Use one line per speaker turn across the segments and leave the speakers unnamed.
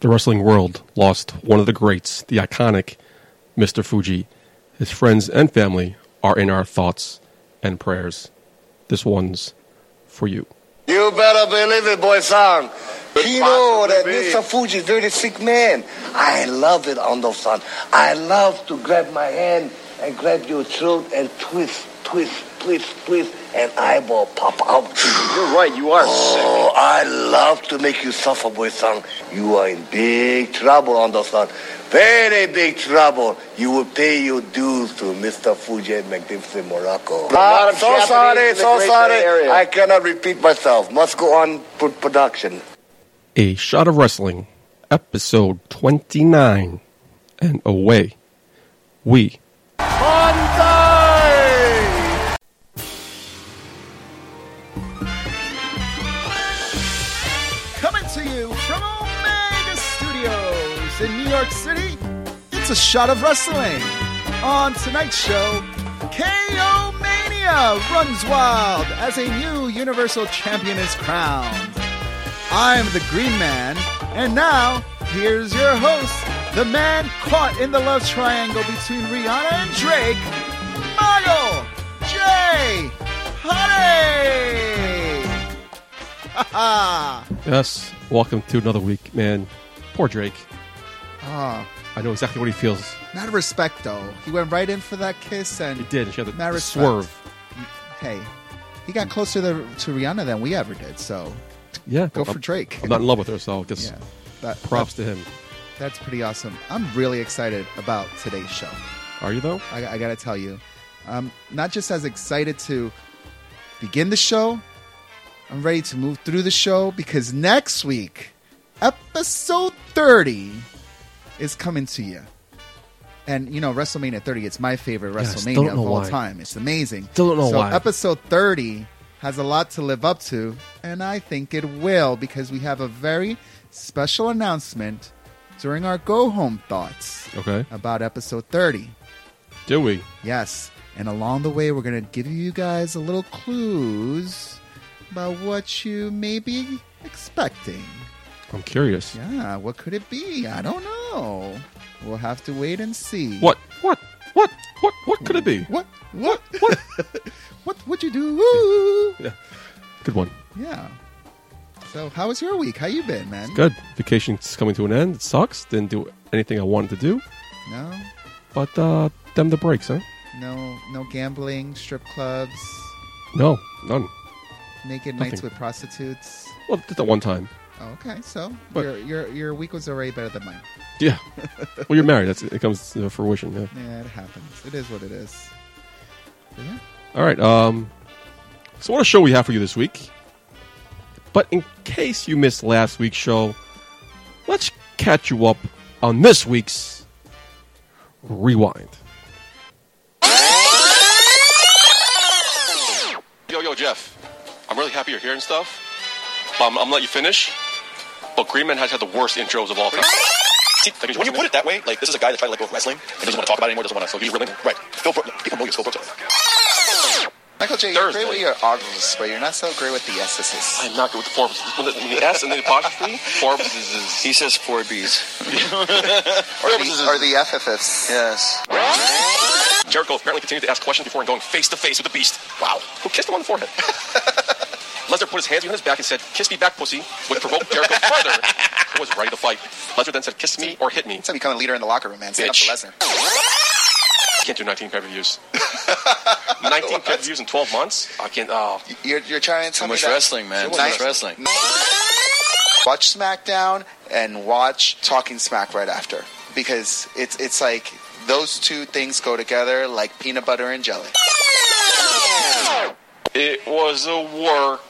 The wrestling world lost one of the greats, the iconic Mr. Fuji. His friends and family are in our thoughts and prayers. This one's for you.
You better believe it, boy son. He know that Mr. Fuji is very sick man. I love it, Ondo son. I love to grab my hand and grab your throat and twist, twist, twist, twist, and eyeball pop out.
You're right, you are sick.
Oh, I love to make you suffer, boy son. You are in big trouble, Ondo son. Very big trouble. You will pay your dues to Mr. Fuji and Magnificent Morocco. I'm
lot of
so
Japanese
sorry,
in the
so
Great Bay
sorry.
Area.
I cannot repeat myself. Must go on with production.
A Shot of Wrestling, episode 29, and away we
Coming to you from Omega Studios in New York City, it's a shot of wrestling. On tonight's show, KO Mania runs wild as a new Universal Champion is crowned. I'm the Green Man, and now here's your host, the man caught in the love triangle between Rihanna and Drake, Mago J. Honey. Ha ha.
Yes, welcome to another week, man. Poor Drake.
Ah,
I know exactly what he feels.
mad respect though. He went right in for that kiss, and
He did. She had to
Mad respect. Mm,
swerve.
hey, he got closer to, to Rihanna than we ever did. So
Yeah,
go
I'm-
for Drake.
I'm not in love with her, so I guess
yeah, that,
props to him.
that- that's pretty awesome. I'm really excited about today's show.
Are you though?
I, I got to tell you, I'm not just as excited to begin the show. I'm ready to move through the show because next week, episode 30 is coming to you. And you know, WrestleMania 30, it's my favorite
I still
WrestleMania
don't
of
know
all
why.
time. It's amazing.
Still don't know
so
why.
episode 30 has a lot to live up to, and I think it will because we have a very special announcement during our go home thoughts
Okay.
about episode 30.
Do we?
Yes. And along the way, we're going to give you guys a little clues about what you may be expecting.
I'm curious.
Yeah, what could it be? I don't know. We'll have to wait and see.
What? What? What? What? What could it be?
What? What? What? what would you do? Woo!
Yeah. Good one.
Yeah. So, how was your week? How you been, man?
Good. Vacation's coming to an end. It sucks. Didn't do anything I wanted to do.
No,
But uh them the breaks, huh?
no, no gambling, strip clubs,
No, none.
naked
Nothing.
nights with prostitutes.
Well, did that one time.
Oh, okay, so
But-
your your your week was already better than mine.
Yeah. well, you're married. That's it comes to fruition. Yeah.
Yeah, it happens. It is what it is. But yeah.
All right. Um, so, what a show we have for you this week. But in case you missed last week's show, let's catch you up on this week's rewind. Yo, yo, Jeff. I'm really happy you're here and stuff. But I'm, I'm gonna let you finish. But Greenman has had the worst intros of all time.
See, I mean, when you put it that way, like this is a guy that's trying to let go of wrestling and doesn't want to talk about it anymore, doesn't want to. So he's really right. Phil Brook, people know you, as Phil Brooks.
Michael J, you're great
Thursday.
with your R's, but you're not so great with the S's.
I'm not good with the forms. When the, when the S and the apostrophe, forms is, is he says four B's.
Or the, or the FFFs.
Yes. Jericho apparently continued to ask questions before going face to face with the beast. Wow. Who kissed him on the forehead? Lesnar put his hands behind his back and said, "Kiss me back, pussy," which provoked Jericho further. Who was ready to fight? Lesnar then said, "Kiss me or hit me."
That's how you become a leader in the locker room, man. Stand
Bitch.
up to Lesnar.
Can't do 19 pay-per-views. 19 pay-per-views in 12 months. I can't. Oh,
You're, you're trying to tell me
much
that-
wrestling, man. Too
Nice-
much wrestling.
Watch SmackDown and watch Talking Smack right after. Because it's, it's like those two things go together like peanut butter and jelly.
It was a work.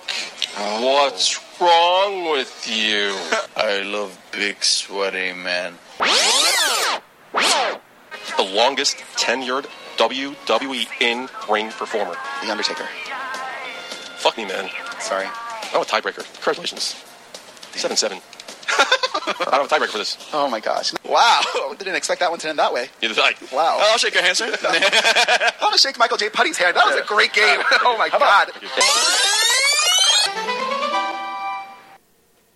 Oh. What's wrong with you?
I love big sweaty man.
the longest tenured WWE in ring performer.
The Undertaker.
Fuck me, man.
Sorry.
I'm a tiebreaker. Congratulations. 7 7. I don't have a tiebreaker for this.
Oh my gosh. Wow. Didn't expect that one to end that way.
Neither did I.
Wow.
I'll shake your hand, sir.
I'm gonna shake Michael J. Putty's hand. That was a great game. Oh my god.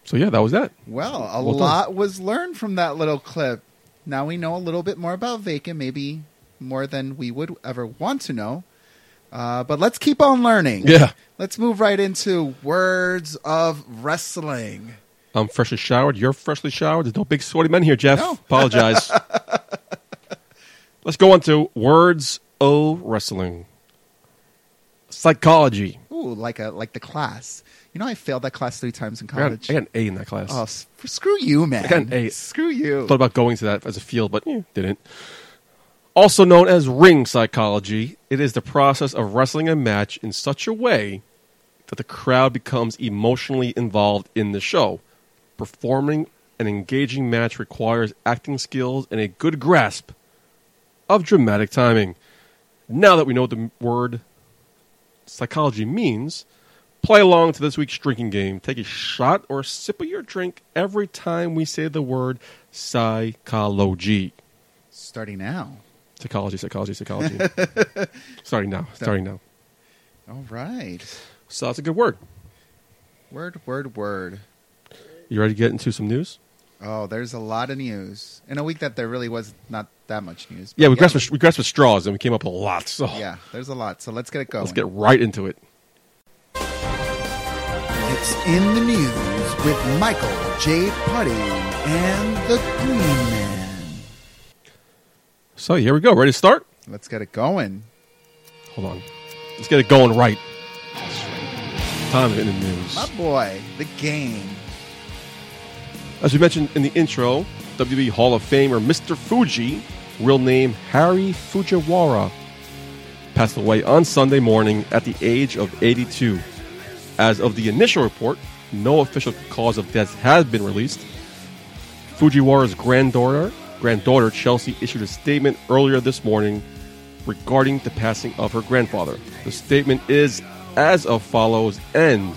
So yeah, that was that.
Well, a
Well done.
lot was learned from that little clip. Now we know a little bit more about Vacant, maybe more than we would ever want to know. Uh, but let's keep on learning.
Yeah.
Let's move right into words of wrestling.
I'm freshly showered. You're freshly showered. There's no big sweaty men here, Jeff.
No.
Apologize. Let's go on to words o wrestling. Psychology.
Ooh, like a like the class. You know, I failed that class three times in
I got, I
college.
got an A in that class.
oh, s- screw you, man.
got an eight.
Screw you.
Thought about going to that as a field, but eh, didn't. Also known as ring psychology, it is the process of wrestling a match in such a way that the crowd becomes emotionally involved in the show. Performing an engaging match requires acting skills and a good grasp of dramatic timing. Now that we know what the word psychology means, play along to this week's drinking game. Take a shot or a sip of your drink every time we say the word psychology.
Starting now.
Psychology, psychology, psychology. starting now, starting now.
All right.
So that's a good word.
Word, word, word.
You ready to get into some news?
Oh, there's a lot of news in a week that there really was not that much news. but
Yeah, we grasped with, we grasped with straws and we came up with a lot. So
Yeah, there's a lot. So let's get it going.
let's get right into it.
It's in the news with Michael J. Putty and the Green Man.
So here we go. Ready to start?
Let's get it going.
Hold on. Let's get it going right. Time in the news.
My boy, the game.
As we mentioned in the intro, WWE Hall of Famer Mr. Fuji, real name Harry Fujiwara, passed away on Sunday morning at the age of 82. As of the initial report, no official cause of death has been released. Fujiwara's granddaughter, granddaughter Chelsea, issued a statement earlier this morning regarding the passing of her grandfather. The statement is as of follows, and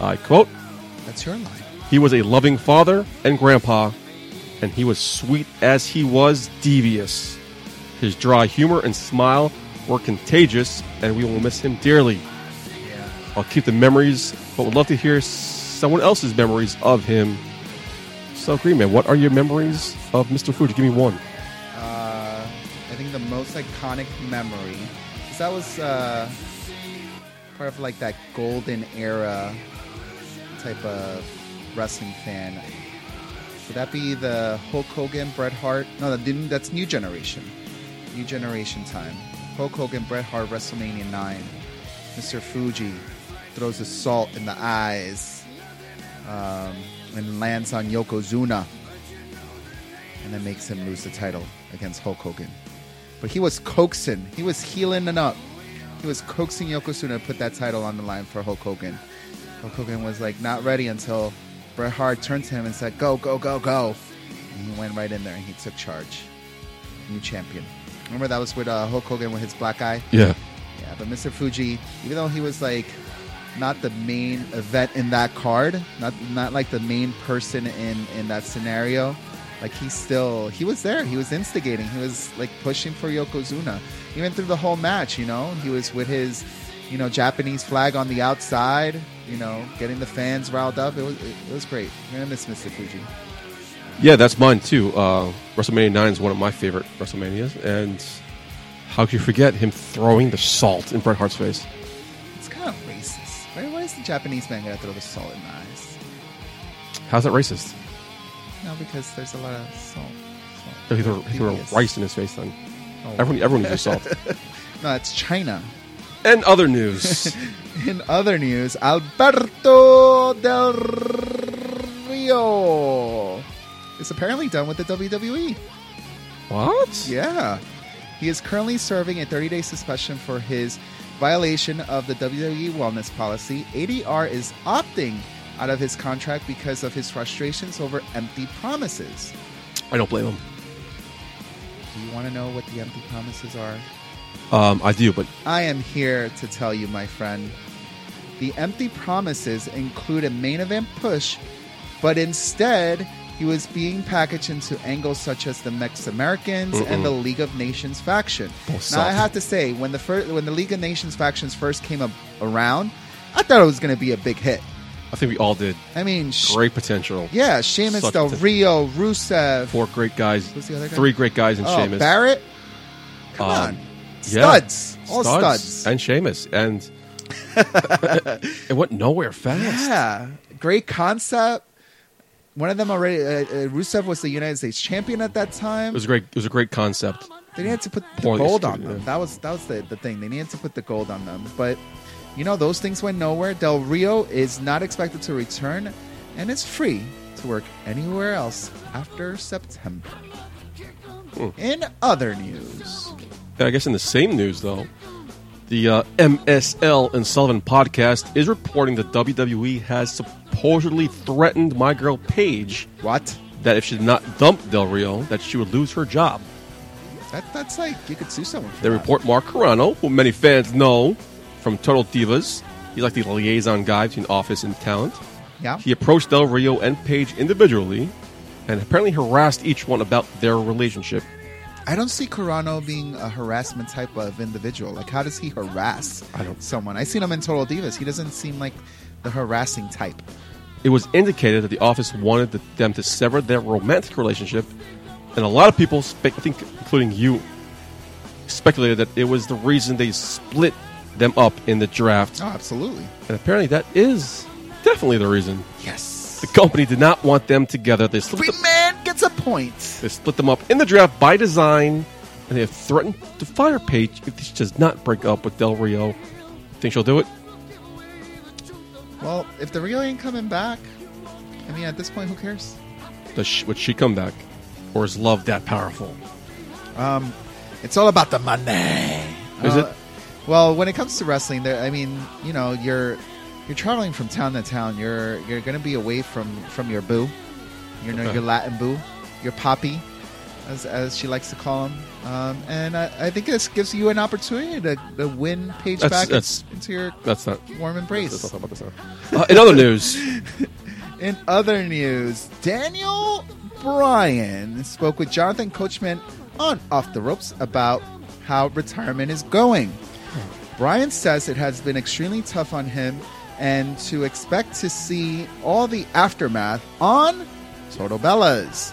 I quote,
That's your line.
he was a loving father and grandpa, and he was sweet as he was devious. His dry humor and smile were contagious, and we will miss him dearly. I'll keep the memories, but would love to hear someone else's memories of him. So, Green Man, what are your memories of Mr. Fuji? Give me one.
Uh, I think the most iconic memory is that was uh, part of like that golden era type of wrestling fan. Would that be the Hulk Hogan, Bret Hart? No, that didn't, that's New Generation. New Generation time. Hulk Hogan, Bret Hart, WrestleMania 9. Mr. Fuji throws the salt in the eyes um, and lands on Yokozuna and then makes him lose the title against Hulk Hogan. But he was coaxing, he was healing it up. He was coaxing Yokozuna to put that title on the line for Hulk Hogan. Hulk Hogan was like not ready until Bret Hart turned to him and said, "Go, go, go, go!" And he went right in there and he took charge. New champion. Remember that was with uh, Hulk Hogan with his black eye.
Yeah.
Yeah, but Mr. Fuji, even though he was like not the main event in that card, not not like the main person in in that scenario, like he still he was there. He was instigating. He was like pushing for Yokozuna, even through the whole match. You know, he was with his you know Japanese flag on the outside. You know, getting the fans riled up. It was it, it was great. I'm gonna miss Mr. Fuji.
Yeah, that's mine too. Uh, WrestleMania 9 is one of my favorite WrestleManias, and how could you forget him throwing the salt in Bret Hart's face?
It's kind of racist. Why, why is the Japanese man gonna throw the salt in the eyes?
How's that racist?
No, because there's a lot of salt.
No,
salt.
he threw, he threw
Devious.
rice in his face then.
Oh.
Everyone, everyone uses salt.
No, it's China.
and other news.
In other news, Alberto Del Rio is apparently done with the WWE.
what?
Yeah. He is currently serving a 30 day suspension for his violation of the WWE wellness policy. ADR is opting out of his contract because of his frustrations over empty promises.
I don't blame him.
Do you want to know what the empty promises are?
Um, I do, but
I am here to tell you, my friend. The empty promises include a main event push, but instead, he was being packaged into angles such as the Mex Americans and the League of Nations faction.
Both
now, I
Oh, suck.
have to say, when the first, when the League of Nations factions first came up around, I thought it was going to be a big hit.
I think we all did.
I mean, sh-
Great potential.
yeah, Sheamus,
Such
Del
potential.
Rio, Rusev,
Four great guys.
Who's the other guy?
Three great guys in
oh,
Sheamus.
Barrett. Come
Um,
on,
yeah.
studs, all studs.
And Sheamus. And it went nowhere fast.
Yeah, great concept. One of them already. Uh, uh, Rusev was the United States champion at that time.
It was a great. It was a great concept.
they needed to put the
Poorly
gold on
executed,
them.
yeah.
That was that was the, the thing. They needed to put the gold on them. But you know, those things went nowhere. Del Rio is not expected to return, and is free to work anywhere else after September.
Hmm.
In other news,
And I guess in the same news, though, the uh, MSL and Sullivan podcast is reporting that WWE has supposedly threatened My Girl Paige
what?
that if she did not dump Del Rio, that she would lose her job.
That, that's like you could sue someone. For
They
that.
report Mark Carano, who many fans know from Total Divas. He's like the liaison guy between office and talent.
Yeah.
He approached Del Rio and Paige individually and apparently harassed each one about their relationship.
I don't see Carano being a harassment type of individual. Like, how does he harass I don't, someone? I seen him in Total Divas. He doesn't seem like the harassing type.
It was indicated that the office wanted th- them to sever their romantic relationship, and a lot of people, spe- I think, including you, speculated that it was the reason they split them up in the draft.
Oh, absolutely.
And apparently, that is definitely the reason.
Yes.
The company did not want them together. They split,
Free
them,
man gets a point.
they split them up in the draft by design, and they have threatened to fire Paige if she does not break up with Del Rio. Think she'll do it?
Well, if the Rio ain't coming back, I mean, at this point, who cares?
Does she, would she come back? Or is love that powerful?
It's all about the money.
Is
Uh,
it?
Well, when it comes to wrestling, there, I mean, you know, you're you're traveling from town to town. You're you're going to be away from from your boo, you know,
Okay.
your Latin boo, your poppy, as as she likes to call him. Um, and I, I think this gives you an opportunity to, to win page
That's-
back
that's-
into your
That's not.
warm
Let's
embrace.
talk about this now. Uh, in other news,
In other news, Daniel Bryan spoke with Jonathan Coachman on Off the Ropes about how retirement is going. Bryan says it has been extremely tough on him and to expect to see all the aftermath on Total Bellas.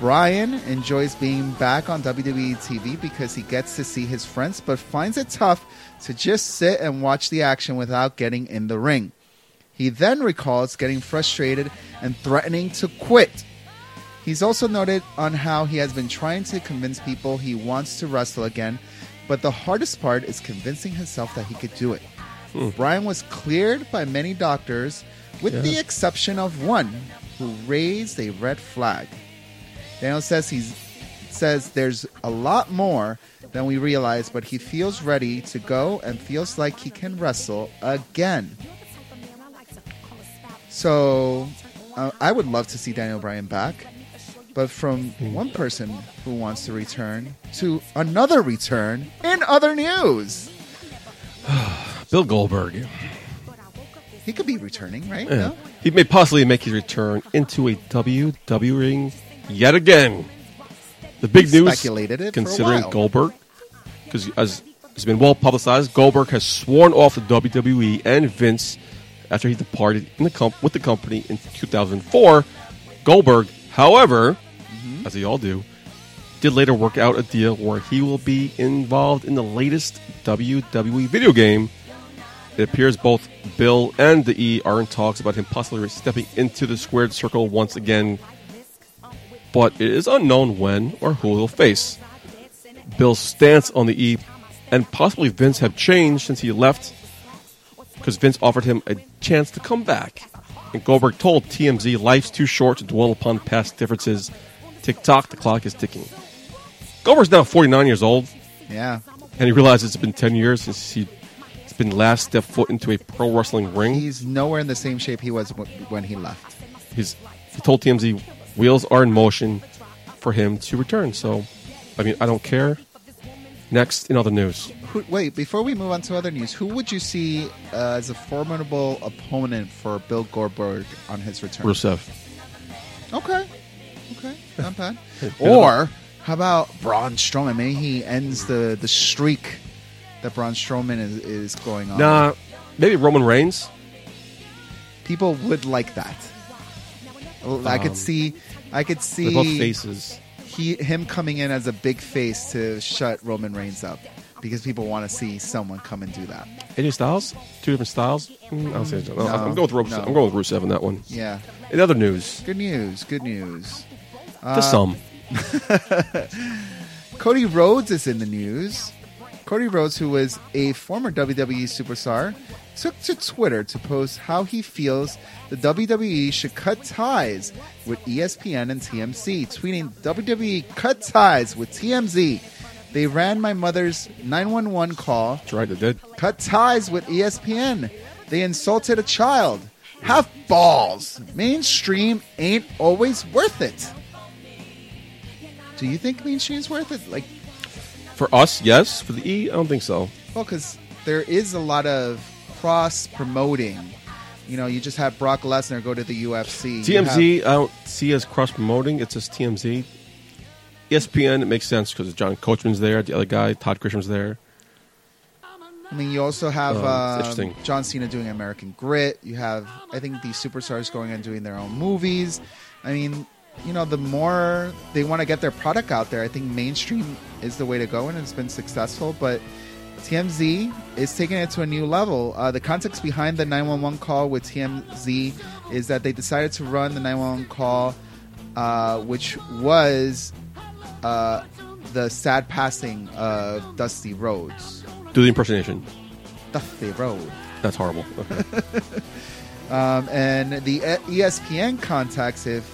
Brian enjoys being back on WWE TV because he gets to see his friends, but finds it tough to just sit and watch the action without getting in the ring. He then recalls getting frustrated and threatening to quit. He's also noted on how he has been trying to convince people he wants to wrestle again, but the hardest part is convincing himself that he could do it. Brian was cleared by many doctors, with the exception of one who raised a red flag. Daniel says he's says there's a lot more than we realize, but he feels ready to go and feels like he can wrestle again. So uh, I would love to see Daniel Bryan back, but from one person who wants to return to another return in other news.
Bill Goldberg.
He could be returning, right?
Yeah.
No?
He may possibly make his return into a WWE ring yet again. The big
We
news,
speculated it for a
considering
while.
Goldberg, because as has been well publicized, Goldberg has sworn off the WWE E and Vince after he departed in the comp- with the company in 2004. Goldberg, however,
Mm-hmm.
as they all do, did later work out a deal where he will be involved in the latest WWE video game. It appears both Bill and the E are in talks about him possibly stepping into the squared circle once again, but it is unknown when or who he'll face. Bill's stance on the E and possibly Vince have changed since he left because Vince offered him a chance to come back. And Goldberg told TMZ life's too short to dwell upon past differences. Tick tock, the clock is ticking. Goldberg's now 49 years old
Yeah.
and he realizes it's been 10 years since he has been last stepped foot into a pro wrestling ring.
He's nowhere in the same shape he was w- when he left.
He's he told TMZ wheels are in motion for him to return. So, I mean, I don't care. Next in other news,
Who, wait, before we move on to other news, who would you see uh, as a formidable opponent for Bill Goldberg on his return?
Rusev.
Okay. Okay. Not bad. or how about Braun Strowman? Maybe he ends the, the streak that Braun Strowman is, is going on.
Nah, maybe Roman Reigns.
people would like that. I could see, I could see
They're both faces.
he him coming in as a big face to shut Roman Reigns up because people want to see someone come and do that.
AJ Styles, two different styles. Mm, I'll say no, I'm going with Rusev.
no.
I'm going with Rusev on that one.
Yeah,
In other news,
good news, good news. Uh,
to some,
Cody Rhodes is in the news. Cody Rhodes, who was a former WWE superstar, took to Twitter to post how he feels the WWE should cut ties with E ESPN and TMZ, tweeting WWE cut ties with TMZ. They ran my mother's 911 call
tried to did.
cut ties with E ESPN. They insulted a child. Have balls. Mainstream ain't always worth it. Do you think mainstream's worth it? Like,
For us, yes. For the E, I don't think so.
well, because there is a lot of cross promoting. You know, you just had Brock Lesnar go to the UFC. You
TMZ, I don't see as cross promoting. It's just TMZ. ESPN, it makes sense because John Coachman's there, the other guy, Todd Grisham's there.
have- I mean, you also have
Oh, it's
um,
interesting.
John Cena doing American Grit. You have, I think, these superstars going and doing their own movies. I mean, you know, the more they want to get their product out there, I think mainstream is the way to go, and it's been successful. But TMZ is taking it to a new level. Uh, the context behind the 911 call with TMZ is that they decided to run the 911 call, uh, which was uh, the sad passing of Dusty Rhodes.
Do the impersonation.
Dusty Rhodes.
That's horrible. Okay.
Um, and the E- ESPN contacts, if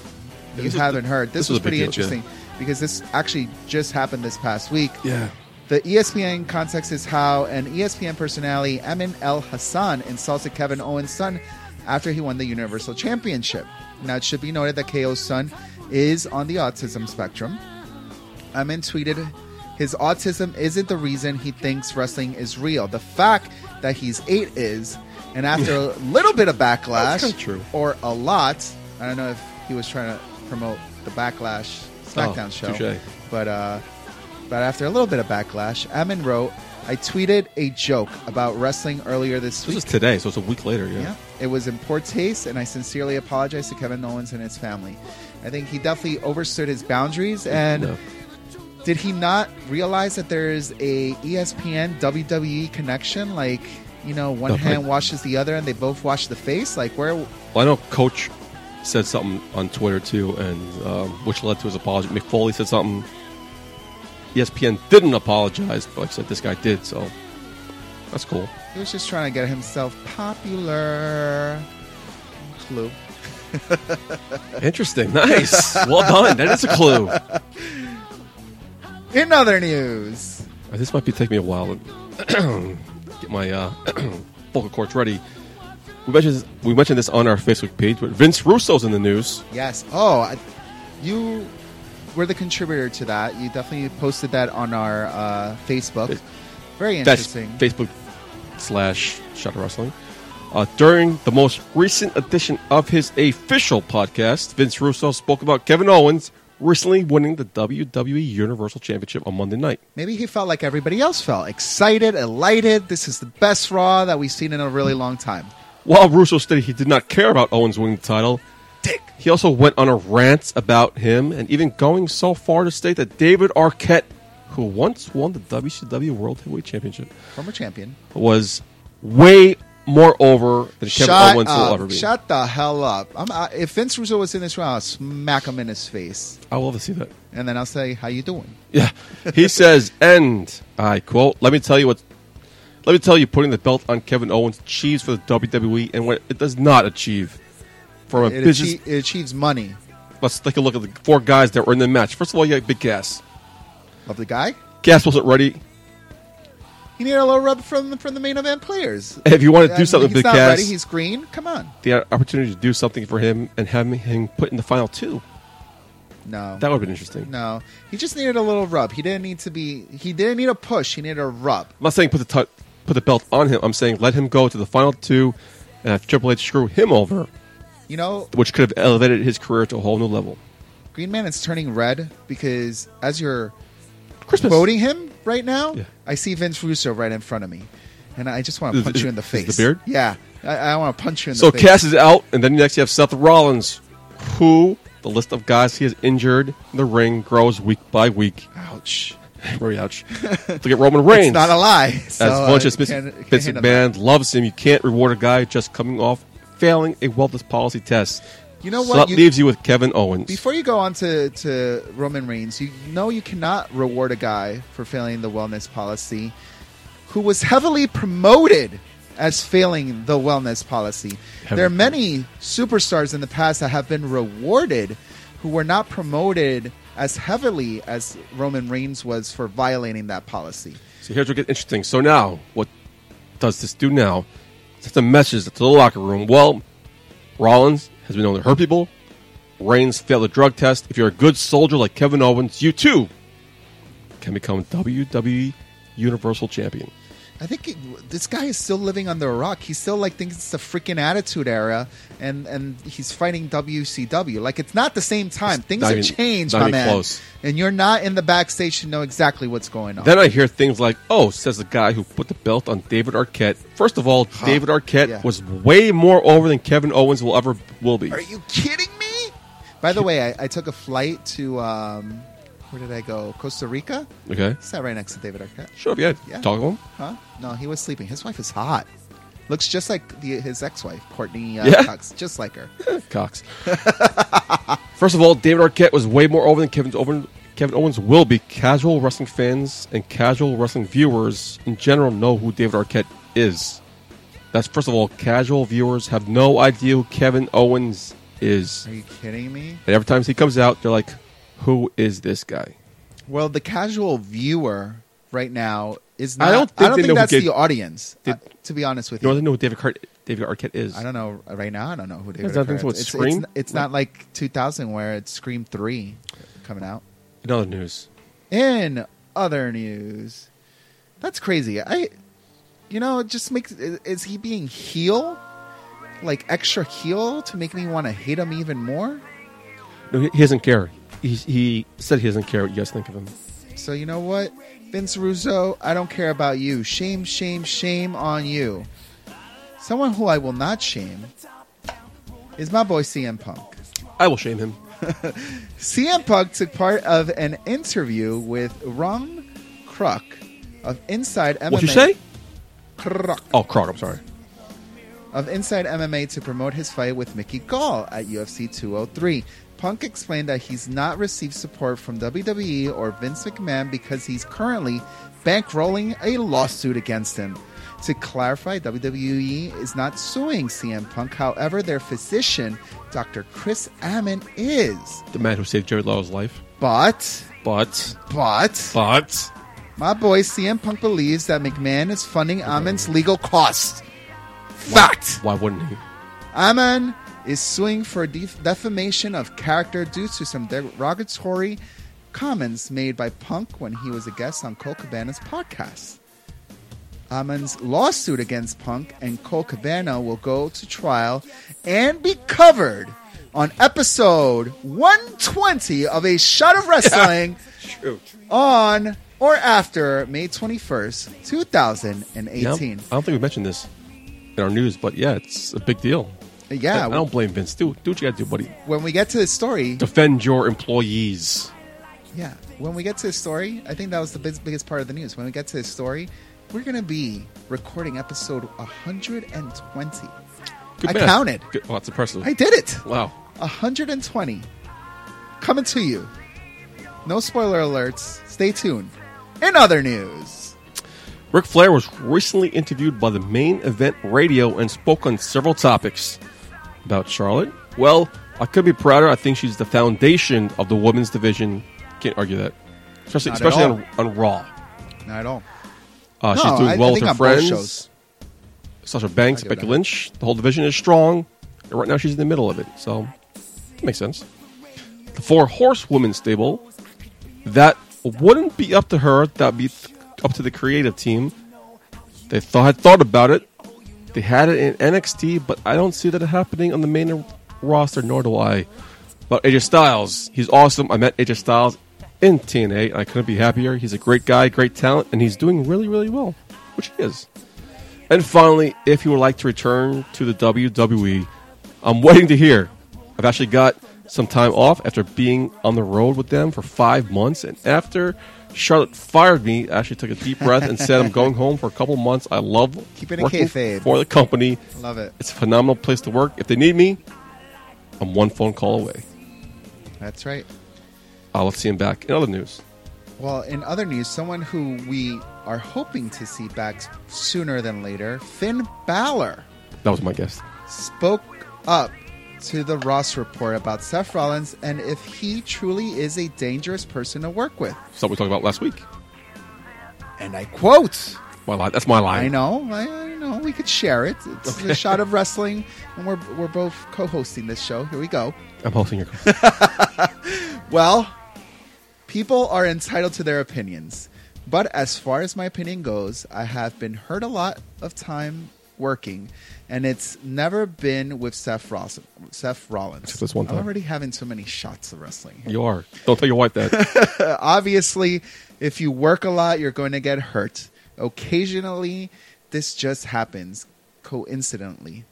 you
This is-
haven't heard,
this
this, was
is a big
pretty
deal, yeah.
interesting because this actually just happened this past week.
yeah.
The E ESPN context is how an E ESPN personality, Emin El Hassan, insulted Kevin Owens' son after he won the Universal Championship. Now, it should be noted that KO's son is on the autism spectrum. Emin tweeted, his autism isn't the reason he thinks wrestling is real. The fact that he's eight is, and after a little bit of backlash,
That's kinda true.
or a lot, I don't know if he was trying to promote the Backlash SmackDown
Oh,
show,
touche.
but uh, but after a little bit of backlash, Amin wrote, I tweeted a joke about wrestling earlier this
This
week.
is today, so it's a week later. Yeah.
Yeah. It was in poor taste, and I sincerely apologize to Kevin Owens and his family. I think he definitely overstood his boundaries. And
No.
did he not realize that there is a E ESPN WWE E connection? Like, you know, one
No, I-
hand washes the other, and they both wash the face. Like, where?
Well, I know Coach said something on Twitter too, and um, which led to his apology. McFoley said something. E ESPN didn't apologize, but like I said, this guy did, so that's cool.
He was just trying to get himself popular. Clue.
Interesting, nice, well done. That is a clue. Uh,
In other news.
This might be taking me a while to get my uh, vocal cords ready. We mentioned we mentioned this on our Facebook page, but Vince Russo's in the news.
Yes. Oh, I, you were the contributor to that. You definitely posted that on our uh, Facebook. Very
That's
interesting.
Facebook slash Shutter Wrestling. Uh, during the most recent edition of his official podcast, Vince Russo spoke about Kevin Owens recently winning the WWE Universal Championship on Monday night.
Maybe he felt like everybody else felt excited, elated. This is the best Raw that we've seen in a really long time.
While Russo stated he did not care about Owens winning the title, Dick. he also went on a rant about him and even going so far to state that David Arquette, who once won the WCW World Heavyweight Championship,
Former champion.
was way more over than Kevin
Shut
Owens
up.
will ever be.
Shut the hell up. I'm, I, if Vince Russo was in this round, I'll smack him in his face.
I will love to see that.
And then I'll say, how you doing?
Yeah. He says, and I quote, let me tell you what let me tell you putting the belt on Kevin Owens achieves for the WWE and what it does not achieve. From a
It,
business
achie- it achieves money.
let's take a look at the four guys that were in the match. First of all, you got Big Gas.
Love the guy.
Gas wasn't ready.
He needed a little rub from, from the main event players.
If you want to
I
do
mean,
something with
he's
Big
not
Cass,
ready. He's green. Come on.
the opportunity to do something for him and have him put in the final two.
No.
That would have been interesting.
No, he just needed a little rub. He didn't need to be. He didn't need a push. He needed a rub.
I'm not saying put the t- put the belt on him. I'm saying let him go to the final two and have Triple H screw him over,
You know,
which could have elevated his career to a whole new level.
Green Man is turning red because as you're
Christmas.
quoting him right now,
Yeah.
I see Vince Russo right in front of me, and I just want to
Is-
punch
is-
you in the
is the
face.
beard?
Yeah, I, I want to punch you in
So
the face.
Cass is out, and then next you have Seth Rollins, who the list of guys he has injured in the ring grows week by week.
Ouch.
Very ouch. Look at Roman Reigns.
It's not a lie. So,
As much
uh,
as Vince
can't- can't
Vince
hate on
McMahon loves him, you can't reward a guy just coming off failing a wellness policy test.
that. You know
So that
what? You-
leaves you with Kevin Owens.
before you go on to, to Roman Reigns, you know you cannot reward a guy for failing the wellness policy who was heavily promoted as failing the wellness policy.
Heavily
There are many superstars in the past that have been rewarded who were not promoted as heavily as Roman Reigns was for violating that policy.
So here's what gets interesting. So now, what does this do now? It's a message to the locker room. Well, Rollins has been known to hurt people. Reigns failed a drug test. If you're a good soldier like Kevin Owens, you too can become WWE E Universal Champion.
I think it- this guy is still living under a rock. He still like thinks it's the freaking Attitude Era, and and he's fighting WCW. Like it's not the same time. Things
not
have
even-
changed,
not
my
even
man.
close.
And you're not in the backstage to know exactly what's going on.
Then I hear things like, "Oh," says the guy who put the belt on David Arquette. First of all, David Arquette
Yeah.
was way more over than Kevin Owens will ever will be.
Are you kidding me? By the way, I, I took a flight to um, where did I go? Costa Rica.
Okay,
Sat right next to David Arquette.
sure, yeah,
Yeah.
talk to him.
Huh? No, he was sleeping. His wife is hot. Looks just like the, his ex-wife, Courtney uh,
Yeah.
Cox. Just like her.
Cox. First of all, David Arquette was way more over than Kevin Owens. Kevin Owens will be. Casual wrestling fans and casual wrestling viewers in general know who David Arquette is. That's first of all, casual viewers have no idea who Kevin Owens is.
Are you kidding me?
And every time he comes out, they're like, "Who is this guy?"
Well, the casual viewer right now is not. I
don't
don't
think
think,
they know who
that's
Gabe-
the audience.
Did-
uh, to be honest with
You
you,
don't know who David Arquette, David Arquette is.
I don't know right now. I don't know who David.
Has nothing to
Arquette
do with
is.
Scream?
It's, it's not like 2000 where it's Scream Three coming out.
In other news,
In other news, that's crazy. I, you know, it just makes. i- Is he being heel, like extra heel, to make me want to hate him even more?
no, he, he doesn't care. He, he said he doesn't care what you guys think of him.
So you know what, Vince Russo, I don't care about you. Shame, shame, shame on you. Someone who I will not shame is my boy CM Punk.
I will shame him.
CM Punk took part of an interview with Ron Kruk of Inside MMA.
What you say?
Kruk
Oh, Krog. I'm sorry.
of Inside MMA to promote his fight with Mickey Gall at UFC 203. Punk explained that he's not received support from WWE or Vince McMahon because he's currently bankrolling a lawsuit against him. To clarify, WWE is not suing CM Punk. However, their physician, Dr. Chris Ammon, is.
The man who saved Jared Leto's life,
But,
but
but,
but
my boy CM Punk believes that McMahon is funding Ammon's legal costs. Fact!
Why wouldn't he?
Aman is suing for def- defamation of character due to some derogatory comments made by Punk when he was a guest on Cole Cabana's podcast. Aman's lawsuit against Punk and Cole Cabana will go to trial and be covered on episode 120 of A Shot of Wrestling on or after May 21st,
Yeah,
2018.
I don't think we mentioned this in our news, but yeah, it's a big deal. I,
Yeah,
I don't blame Vince. Do do what you got to do, buddy.
when we get to this story,
Defend your employees.
Yeah. When we get to his story, I think that was the biz- biggest part of the news. When we get to his story, we're going to be recording episode 120.
Good
I
math.
counted.
Good- Well, that's impressive.
I did it.
wow.
120. Coming to you. No spoiler alerts. Stay tuned. In other news,
Ric Flair was recently interviewed by the main event radio and spoke on several topics about Charlotte. Well, I could be prouder. I think she's the foundation of the women's division. Can't argue that, especially
Not at
especially on, on Raw.
not at all.
Uh,
No,
she's doing
I-
well
I
with
think
her
on both
friends.
shows.
Sasha Banks,
I'll give
Becky
that.
Lynch. The whole division is strong. And right now she's in the middle of it. So it makes sense. The Four Horsewomen stable, that wouldn't be up to her. That'd be th- up to the creative team. They thought had thought about it. They had it in NXT, but I don't see that happening on the main roster, nor do I. But AJ Styles, he's awesome. I met AJ Styles in TNA, and I couldn't be happier. He's a great guy, great talent, and he's doing really, really well, which he is. And finally, if you would like to return to the WWE, I'm waiting to hear. I've actually got some time off after being on the road with them for five months. And after Charlotte fired me, I actually took a deep breath and said, I'm going home for a couple months. I love
Keep it in
working
kayfabe.
for the company.
Love it.
It's a phenomenal place to work. If they need me, I'm one phone call away.
That's right.
Uh, let's see him back in other news.
Well, in other news, someone who we are hoping to see back sooner than later, Finn Balor,
That was my guess.
spoke up to the Ross report about Seth Rollins and if he truly is a dangerous person to work with.
Something we talked about last week.
And I quote,
My line. That's my line.
I know, I, I know, we could share it. It's a shot of wrestling, and we're, we're both co hosting this show. Here we go.
I'm hosting your.
Well, people are entitled to their opinions. But as far as my opinion goes, I have been hurt a lot of time working, and it's never been with Seth, Ross- Seth Rollins.
Except this one time.
I'm already having so many shots of wrestling. here.
you are. Don't tell your wife that.
Uh, obviously, if you work a lot, you're going to get hurt. Occasionally, this just happens coincidentally.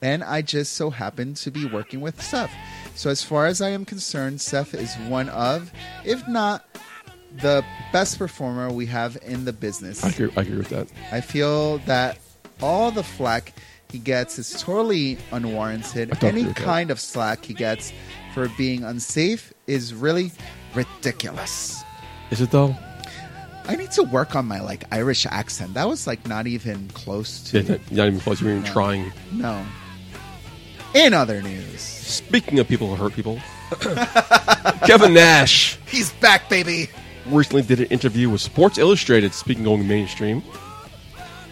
And I just so happen to be working with Seth. So, as far as I am concerned, Seth is one of, if not the best performer we have in the business.
I agree, I agree with that.
I feel that all the flack he gets is totally
I
unwarranted.
don't agree
Any
with that.
kind of slack he gets for being unsafe is really ridiculous.
Is it though?
I need to work on my like Irish accent. That was like not even close to
Yeah, not not even close. You're even trying.
no. In other news,
Speaking of people who hurt people, Kevin Nash
he's back, baby.
recently did an interview with Sports Illustrated, speaking going mainstream,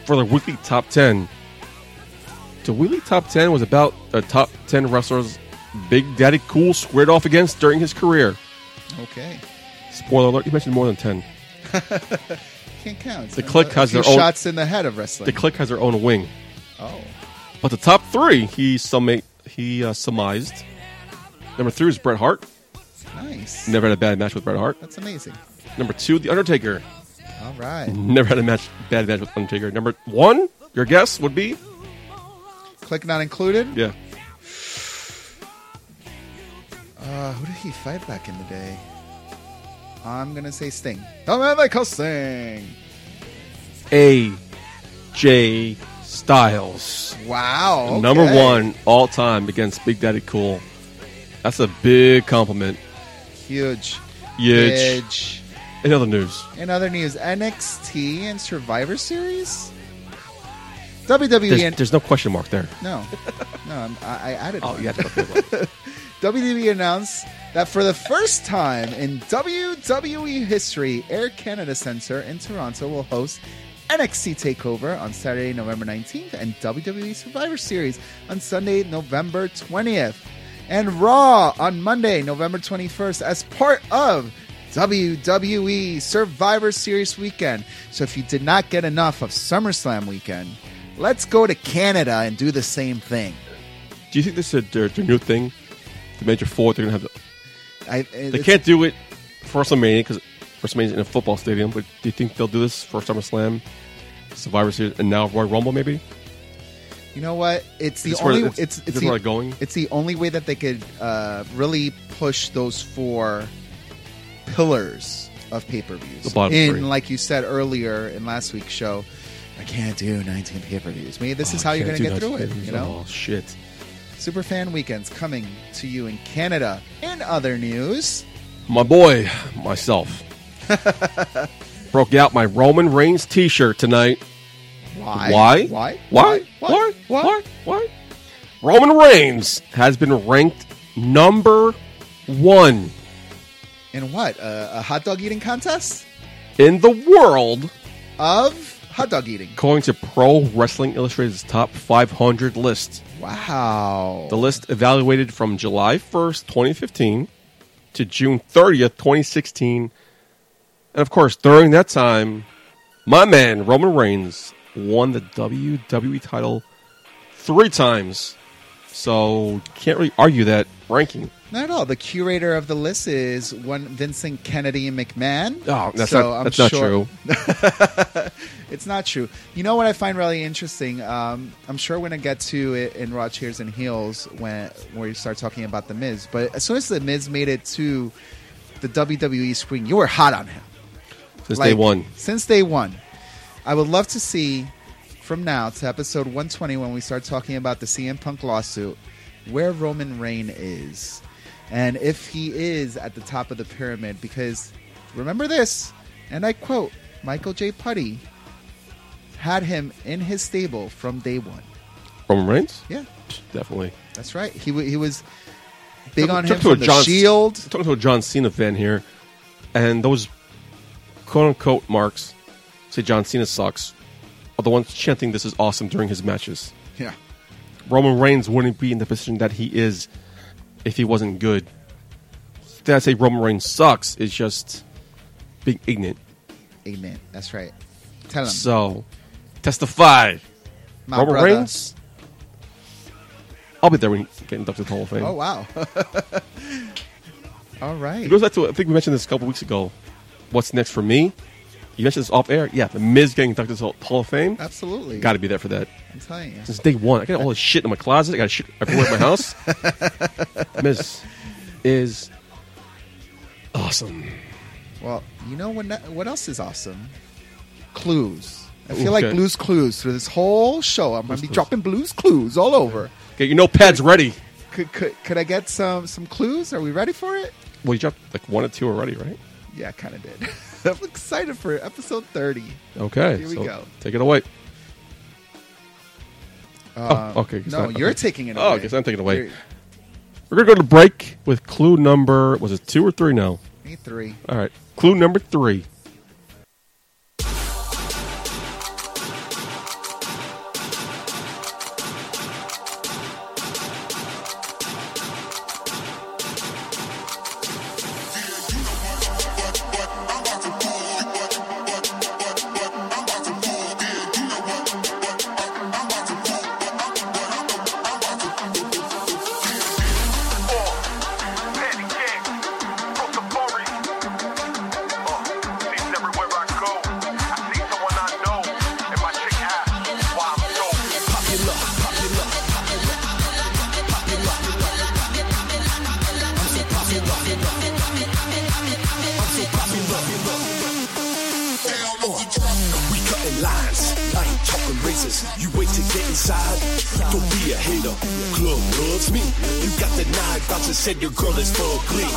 for the weekly top 10. The weekly top 10 was about the top 10 wrestlers Big Daddy Cool squared off against during his career.
Okay,
Spoiler alert, he mentioned more than 10.
can't count.
The click
A
has
few
their own-
shots in the head of wrestling.
The Click has their own wing.
oh,
But the top three, he summate, he uh, surmised. Number three was Bret Hart.
nice.
Never had a bad match with Bret Hart.
That's amazing.
Number two, The Undertaker.
All right,
Never had a match, bad match with Undertaker. Number one, your guess would be
click not included.
yeah,
Uh, who did he fight back in the day? I'm gonna say Sting. Come on, Michael Sting.
A. J. Styles,
Wow. okay.
number one all time against Big Daddy Cool. That's a big compliment.
Huge.
Huge.
Huge.
In other news,
In other news, NXT and Survivor Series. WWE
there's,
and
there's no question mark there.
no, no, I'm, I, I added.
Oh,
one.
you had to go through it.
WWE E announced that for the first time in WWE history, Air Canada Centre in Toronto will host NXT Takeover on Saturday, November 19th, and WWE Survivor Series on Sunday, November 20th, and Raw on Monday, November 21st, as part of WWE Survivor Series weekend. So if you did not get enough of SummerSlam weekend, let's go to Canada and do the same thing.
Do you think this is their, their new thing? The major four, they're gonna have. The,
I,
they can't do it for WrestleMania because WrestleMania's in a football stadium. But do you think they'll do this for SummerSlam, Survivor Series, and now Royal Rumble? Maybe.
You know what? It's the
Is this where-
only
it's-
it's
is
it's,
this
the,
where they're going?
It's the only way that they could uh, really push those four pillars of pay-per-views.
The bottom
in
three.
like you said earlier in last week's show, I can't do 19 pay-per-views. Maybe this is how you're going to get through it, you know?
Oh shit!
Superfan weekends coming to you in Canada. In other news,
My boy, myself, broke out my Roman Reigns T-shirt tonight. Why?
why? Why?
Why? Why?
Why?
Why? Why? Roman Reigns has been ranked number one
In what? A, a hot dog eating contest
in the world
of hot dog eating.
according to Pro Wrestling Illustrated's top 500 list.
Wow.
The list evaluated from July 1st, 2015 to June 30th, 2016. And of course, during that time, my man Roman Reigns won the E WWE title three times. So, can't really argue that ranking.
Not at all. The curator of the list is one Vincent Kennedy McMahon.
Oh, that's
So
not
I'm
that's not
sure-
true.
It's not true. You know what I find really interesting? Um, I'm sure we're gonna get to it in Raw Cheers and Heels when where you start talking about the Miz. But as soon as the Miz made it to the WWE screen, you were hot on him.
Since
Like,
day one,
Since day one. I would love to see from now to episode 120 when we start talking about the CM Punk lawsuit where Roman Reign is and if he is at the top of the pyramid because remember this and I quote Michael J Putty had him in his stable from day 1.
Roman Reigns,
Yeah,
definitely.
that's right. He wa he was big
Talk-
on
talk
him
to a
from the
John-
Shield.
Talking to a John Cena fan here, and those quote unquote marks say John Cena sucks are the ones chanting this is awesome during his matches.
Yeah.
Roman Reigns wouldn't be in the position that he is if he wasn't good. Did I say Roman Reigns sucks? It's just being ignorant.
Amen. That's right. Tell him.
So, testify.
my
Roman
brother.
Reigns. I'll be there when he gets inducted to the Hall of Fame.
Oh wow! All right.
It goes back to I think we mentioned this a couple weeks ago. What's next for me? You mentioned this off air. Yeah, the Miz getting inducted to the Hall of Fame.
Absolutely.
Got to be there for that.
I'm telling you.
Since day one, I got all this shit in my closet. I got shit everywhere in my house. Miz is awesome.
Well, you know what? ne- What else is awesome? Clues. I feel like
Okay.
Blues Clues through this whole show. I'm gonna be dropping Blues Clues all over.
Get your notepads ready.
Could, could could I get some some clues? Are we ready for it?
Well, you dropped like one or two already, right?
Yeah, I kind of did. I'm excited for episode 30.
Okay.
Here we
so
go.
Take it away.
Uh,
Oh, okay, 'cause
No,
I-
you're
okay.
taking it away.
Oh, I guess I'm taking it away.
You're-
We're gonna go to break with clue number. Was it two or three now?
Me three.
All right. Clue number three.
We cutting lines, I ain't talking razors. You wait to get inside, don't be a hater. Club loves me. You got the nine voucher, said your girl is for glee.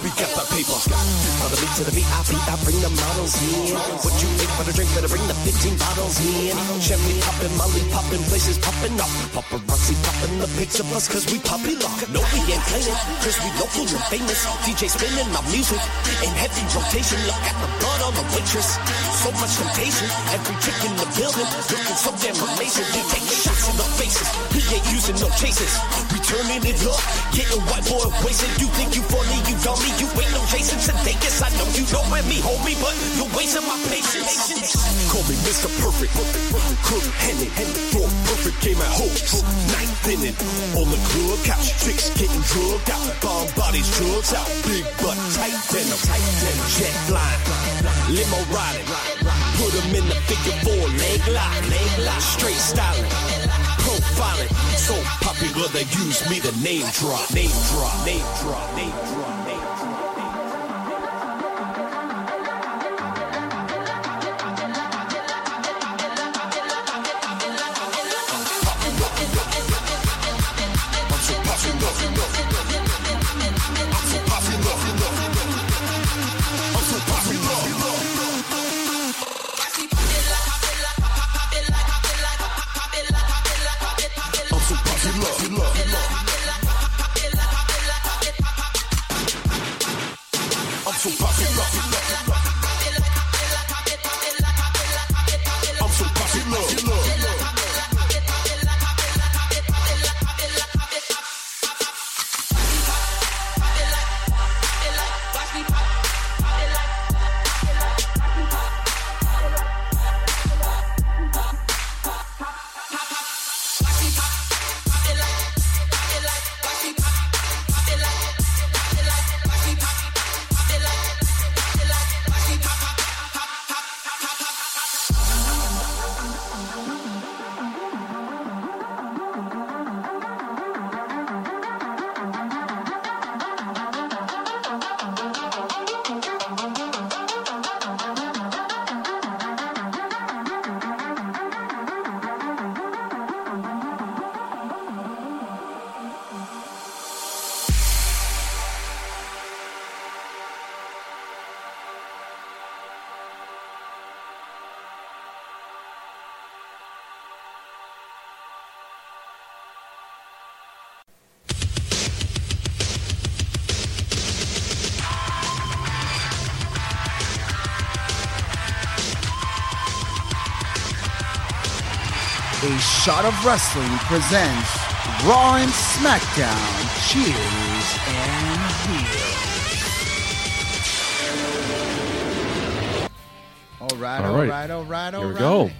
We got the paper. Follow me to the VIP, I bring the models in. What you think for the drink, better bring the 15 bottles in. Chevy popping, Molly popping, places popping up. Paparazzi popping the pics of us, cause we popular. No, we ain't playing, cause we local and famous. DJ spinning my music in heavy rotation. Look at the blood on the waitress. So much temptation. Every chick in the building looking so damn amazing. They take shots in the faces. We ain't using no chases. We turning it up, getting white boy wasted. You think you funny, you dummy. You ain't no Jason Sudeikis. I know you know at me, homie, but you're wasting my patience. Call me Mr. Perfect. Cook Henning. Throw a perfect game at home. Ninth inning. On the club couch. Chicks getting drugged out. Bomb bodies, drugs out. Big butt, tight denim. Tight denim. Jet flying. Limo riding. Put 'em in the figure four. Leg lock. Leg lock. Straight styling. Profiling. So popular they use me to name drop. Name drop. Name drop. Name drop. Name drop. Name drop.
Watch me pop, pop it like, watch me pop, pop it like, watch me pop, pop it like,
A Shot of Wrestling presents Raw and SmackDown. Cheers and heels. All right, all
All right.
right, all right, all right.
Here we go.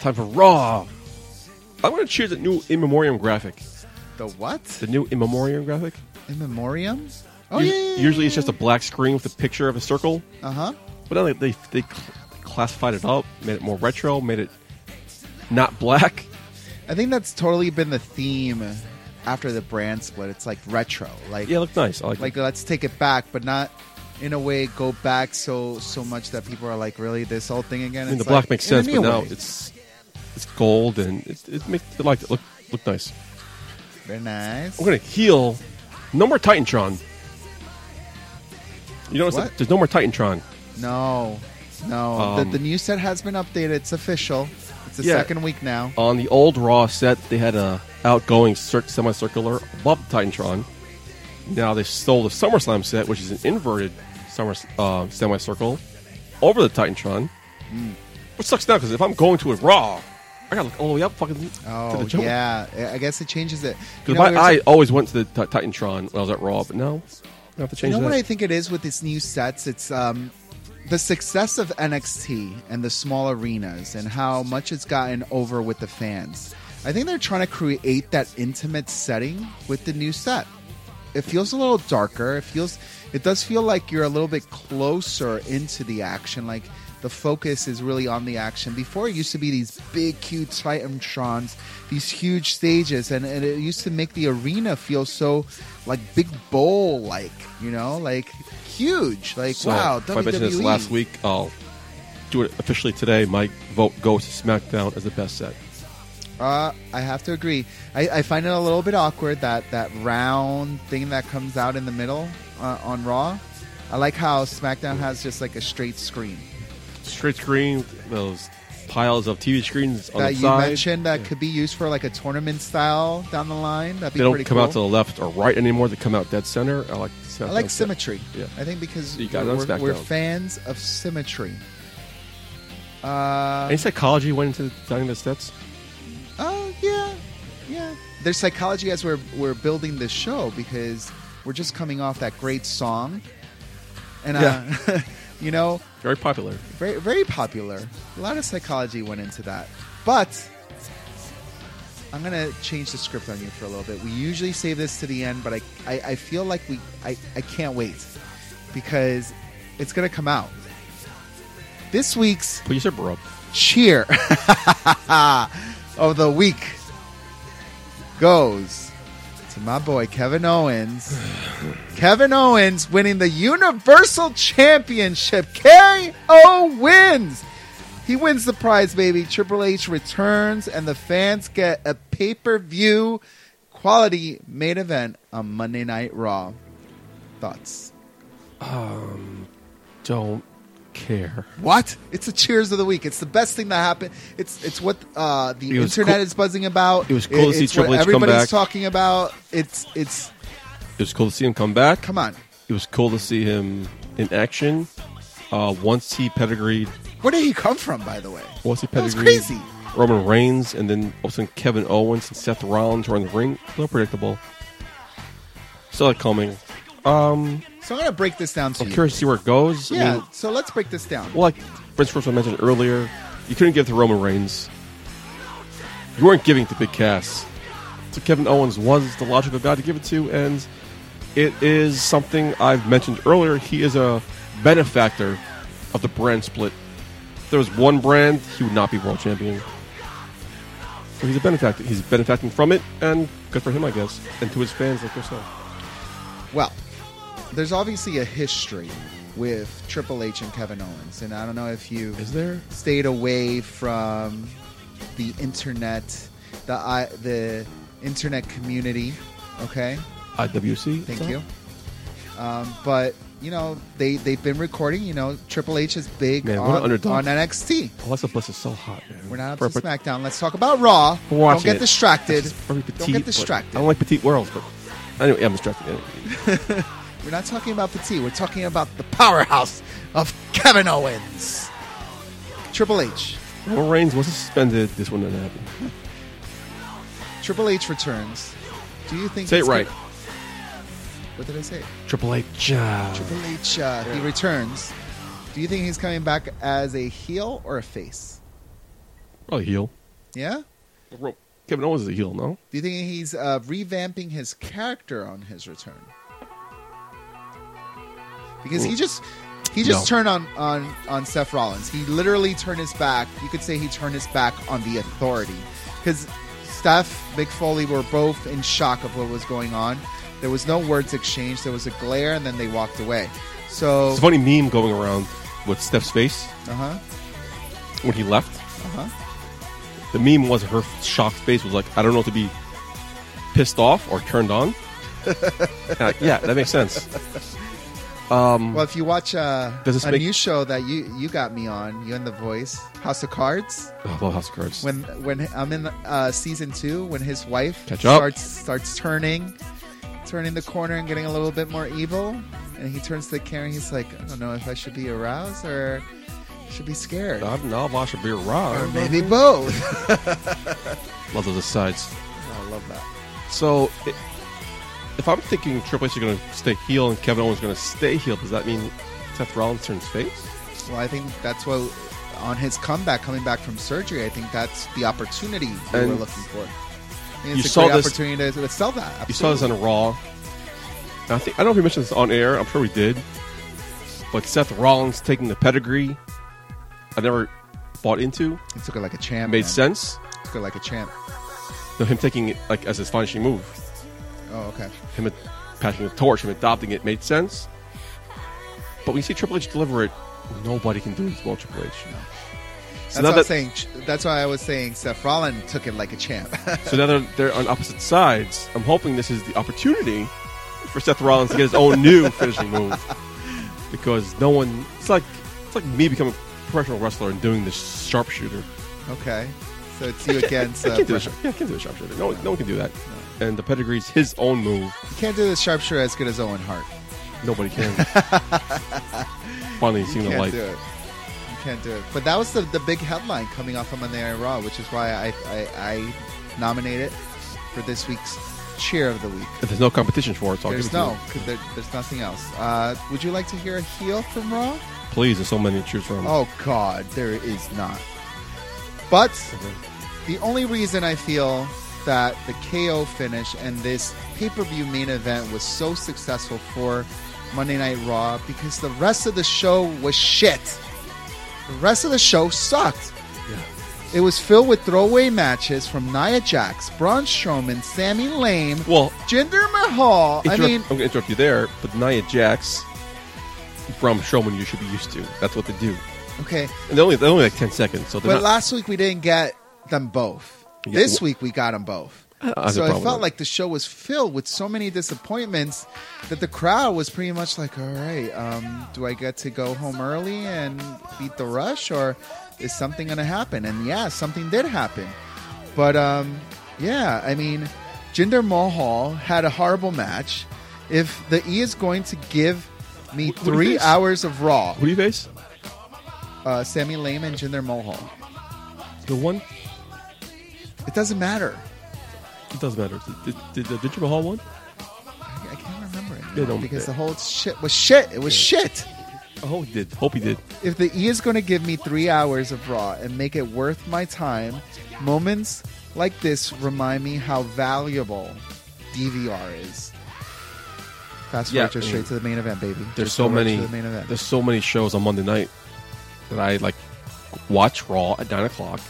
Time for Raw. I want to cheer the new in memoriam graphic.
The what?
The new in memoriam graphic.
In memoriam? Oh,
Us-
yeah, yeah, yeah.
Usually it's just a black screen with a picture of a circle,
Uh huh.
but now they, they they cl- classified it up, made it more retro, made it not black.
I think that's totally been the theme after the brand split. It's like retro. Like,
Yeah, it looked nice. I like,
like
like
let's take it back, but not in a way go back so so much that people are like, really, this whole thing again.
I mean, the
It's
black
like,
makes
in a
sense,
new
but now
way.
it's it's gold and it, it makes I liked it. Look look nice.
very nice.
I'm gonna heal. No more Titantron. You notice
What?
that there's no more Titantron.
No, no,
Um,
the, the new set has been updated. It's official. It's the
Yeah.
second week now.
On the old Raw set, they had a outgoing cir- semicircular above the Titantron. Now they stole the SummerSlam set, which is an inverted summer uh, semicircle over the Titantron.
Hmm.
Which sucks now because if I'm going to a Raw, I gotta look all the way up fucking to
Oh
the jump.
yeah, I- I guess it changes it.
Because
You know,
my
there's
eye
a-
always went to the t- Titantron when I was at Raw, but now I have to
You
change
know
that.
what I think it is with these new sets? It's um, the success of NXT and the small arenas and how much it's gotten over with the fans. I think they're trying to create that intimate setting with the new set. It feels a little darker. It feels, it does feel like you're a little bit closer into the action. Like the focus is really on the action. Before it used to be these big, huge Titantrons, these huge stages, and, and it used to make the arena feel so like big bowl like, you know, like huge. Like,
So,
wow, E.
if I mentioned this
WWE.
last week, I'll do it officially today. My vote goes to SmackDown as the best set.
Uh, I have to agree. I, I find it a little bit awkward that that round thing that comes out in the middle uh, on Raw. I like how SmackDown has just like a straight screen.
Straight screen, those piles of TV screens on
that
the
you
side.
mentioned that could be used for like a tournament style down the line. That'd be
they don't
pretty
come
cool.
out to the left or right anymore. They come out dead center. I like.
I
SmackDown
like
set.
symmetry.
Yeah.
I think because
You got it on
we're, we're
SmackDown.
fans of symmetry. Uh,
Any psychology went into designing the sets?
Oh yeah, yeah. There's psychology as we're we're building this show because we're just coming off that great song, and uh, you know,
Very popular.
very very popular. A lot of psychology went into that, but. I'm gonna change the script on you for a little bit. We usually save this to the end, but I, I, I feel like we I, I can't wait because it's gonna come out. This week's
Put your zipper up.
cheer of the week goes to my boy Kevin Owens. Kevin Owens winning the Universal Championship. KO wins. He wins the prize, baby. Triple H returns, and the fans get a pay per view quality main event on Monday Night Raw. Thoughts?
Don't care.
What? It's the cheers of the week. It's the best thing that happened. It's it's what uh, the
It was
internet
cool-
is buzzing about.
it was cool to see
it's what
Triple H come
everybody's
back.
talking about. It's it's
It was cool to see him come back.
come on.
It was cool to see him in action. Uh, once he pedigreed
Where did he come from, by the way?
Once he
That was
pedigreed
crazy.
Roman Reigns, and then all of a sudden Kevin Owens and Seth Rollins were in the ring. A little predictable. Saw it coming.
So I'm gonna break this down to
I'm
you.
curious to see where it goes. I
Yeah.
mean,
so let's break this down.
well, like Prince Russell mentioned earlier, you couldn't give to Roman Reigns. You weren't giving it to Big Cass. So Kevin Owens was the logical guy to give it to, and it is something I've mentioned earlier. He is a benefactor of the brand split. If there was one brand, he would not be world champion. So he's a benefactor. He's benefacting from it, and good for him, I guess, and to his fans like yourself.
Well, there's obviously a history with Triple H and Kevin Owens, and I don't know if you
Is there?
stayed away from the internet, the I, the internet community. Okay.
IWC.
Thank you. Um, but you know they they've been recording. You know Triple H is big
Man, what an
on,
underdog.
on NXT.
Alexa Bliss is so hot, man.
We're not up
Perfect.
to SmackDown. Let's talk about Raw.
We're watching
Don't get
it.
distracted.
It's just very
Don't
petite,
get
but- I
distracted.
don't like petite worlds, but anyway, yeah, I'm distracted. Anyway.
We're not talking about Petit. We're talking about the powerhouse of Kevin Owens, Triple H.
Roman Reigns was suspended. This one didn't happen.
Triple H returns. Do you think
Say
it's
it right.
gonna- what did I say?
Triple H. uh,
Triple H. Uh, He returns. Do you think he's coming back as a heel or a face?
Probably heel.
Yeah.
Ro- Kevin Owens is a heel, no?
Do you think he's uh, revamping his character on his return? Because he just he just
No.
turned on, on on Seth Rollins. He literally turned his back. You could say he turned his back on the authority because Steph, Mick Foley were both in shock of what was going on. There was no words exchanged. There was a glare, and then they walked away. So,
It's a funny meme going around with Steph's face
uh huh,
when he left.
uh huh.
The meme was her shocked face was like, I don't know if to be pissed off or turned on. And I- yeah, that makes sense.
Well, if you watch uh,
Mm. Does this
a
make-
new show that you you got me on, you and the Voice, House of Cards.
Oh, I love House of Cards.
when when I'm in uh, season two, when his wife
Catch up.
starts starts turning, turning the corner and getting a little bit more evil, and he turns to Karen, he's like, I don't know if I should be aroused or should be scared,
Not an Alva should be
or
around.
maybe both.
Love those asides.
I love that.
So, i if I'm thinking Triple H is going to stay heel and Kevin Owens is going to stay heel, does that mean Seth Rollins turns face?
Well, I think that's what on his comeback, coming back from surgery, I think that's the opportunity we were
And
looking for. I mean,
you
it's a
saw
great
this-
opportunity to, to sell that.
You saw this on Raw. And I think I don't know if we mentioned this on air. I'm sure we did. But Seth Rollins taking the pedigree, I never bought into.
He took it like a champ.
Made
man.
sense.
Took it like a champ.
No, him taking it like as his finishing move,
Oh, okay.
him ad- passing the torch, him adopting it made sense. But when you see Triple H deliver it, nobody can do it as well. as Triple H. So
That's what
now
I'm
that
saying. That's why I was saying Seth Rollins took it like a champ.
so now they're, they're on opposite sides. I'm hoping this is the opportunity for Seth Rollins to get his own new finishing move because no one. It's like it's like me becoming a professional wrestler and doing this sharpshooter.
Okay. So it's you against.
I
Uh,
can't do
Bra-
a, sharp- yeah, I can't do a sharpshooter. No, one- no one can do that. And the pedigree's his own move.
you can't do the sharpshooter as good as Owen Hart.
Nobody can. Finally,
You
seeing the
can't
light.
do it. You can't do it. But that was the, the big headline coming off of Monday Night Raw, which is why I, I, I nominate it for this week's cheer of the week.
If there's no competition for it, so I'll
There's
give it to
no,
you.
'cause there, there's nothing else. Uh, would you like to hear a heel from Raw?
Please, there's so many to choose from.
Oh God, there is not. But the only reason I feel that the KO finish and this pay-per-view main event was so successful for Monday Night Raw because the rest of the show was shit. The rest of the show sucked. It was filled with throwaway matches from Nia Jax, Braun Strowman, Sami Lame,
Well,
Jinder Mahal. I
interrupt-
mean,
I'm going to interrupt you there, but Nia Jax from Showman, you should be used to. That's what they do.
okay.
And they're only, they're only like 10 seconds, so they're not,
But last week we didn't get them both.
Yeah,
this
wh-
week we got them both.
I have
So
a
it
Uh, problem
felt
with
like the show was filled with so many disappointments that the crowd was pretty much like, "All right, um, do I get to go home early and beat the rush, or is something going to happen?" And yeah, something did happen. But um, yeah, I mean, Jinder Mahal had a horrible match. If the E is going to give me
Who- who do you
three
think's-
hours of Raw,
Who do you face?
uh, Sammy Lame and Jinder Mahal,
The one?
it doesn't matter.
It doesn't matter. Did, did, did, did you Mahal one?
I can't remember it
They
now
don't-
because
they-
the whole shit was shit. It was shit.
Oh, he did. Hope he did.
If the E is going to give me three hours of Raw and make it worth my time, moments like this remind me how valuable DVR is. Fast forward
Yeah,
just
I
straight
mean,
to the main event, baby.
There's
Just
so
go right
many.
To the main event.
There's so many shows on Monday night that I like watch Raw at nine o'clock,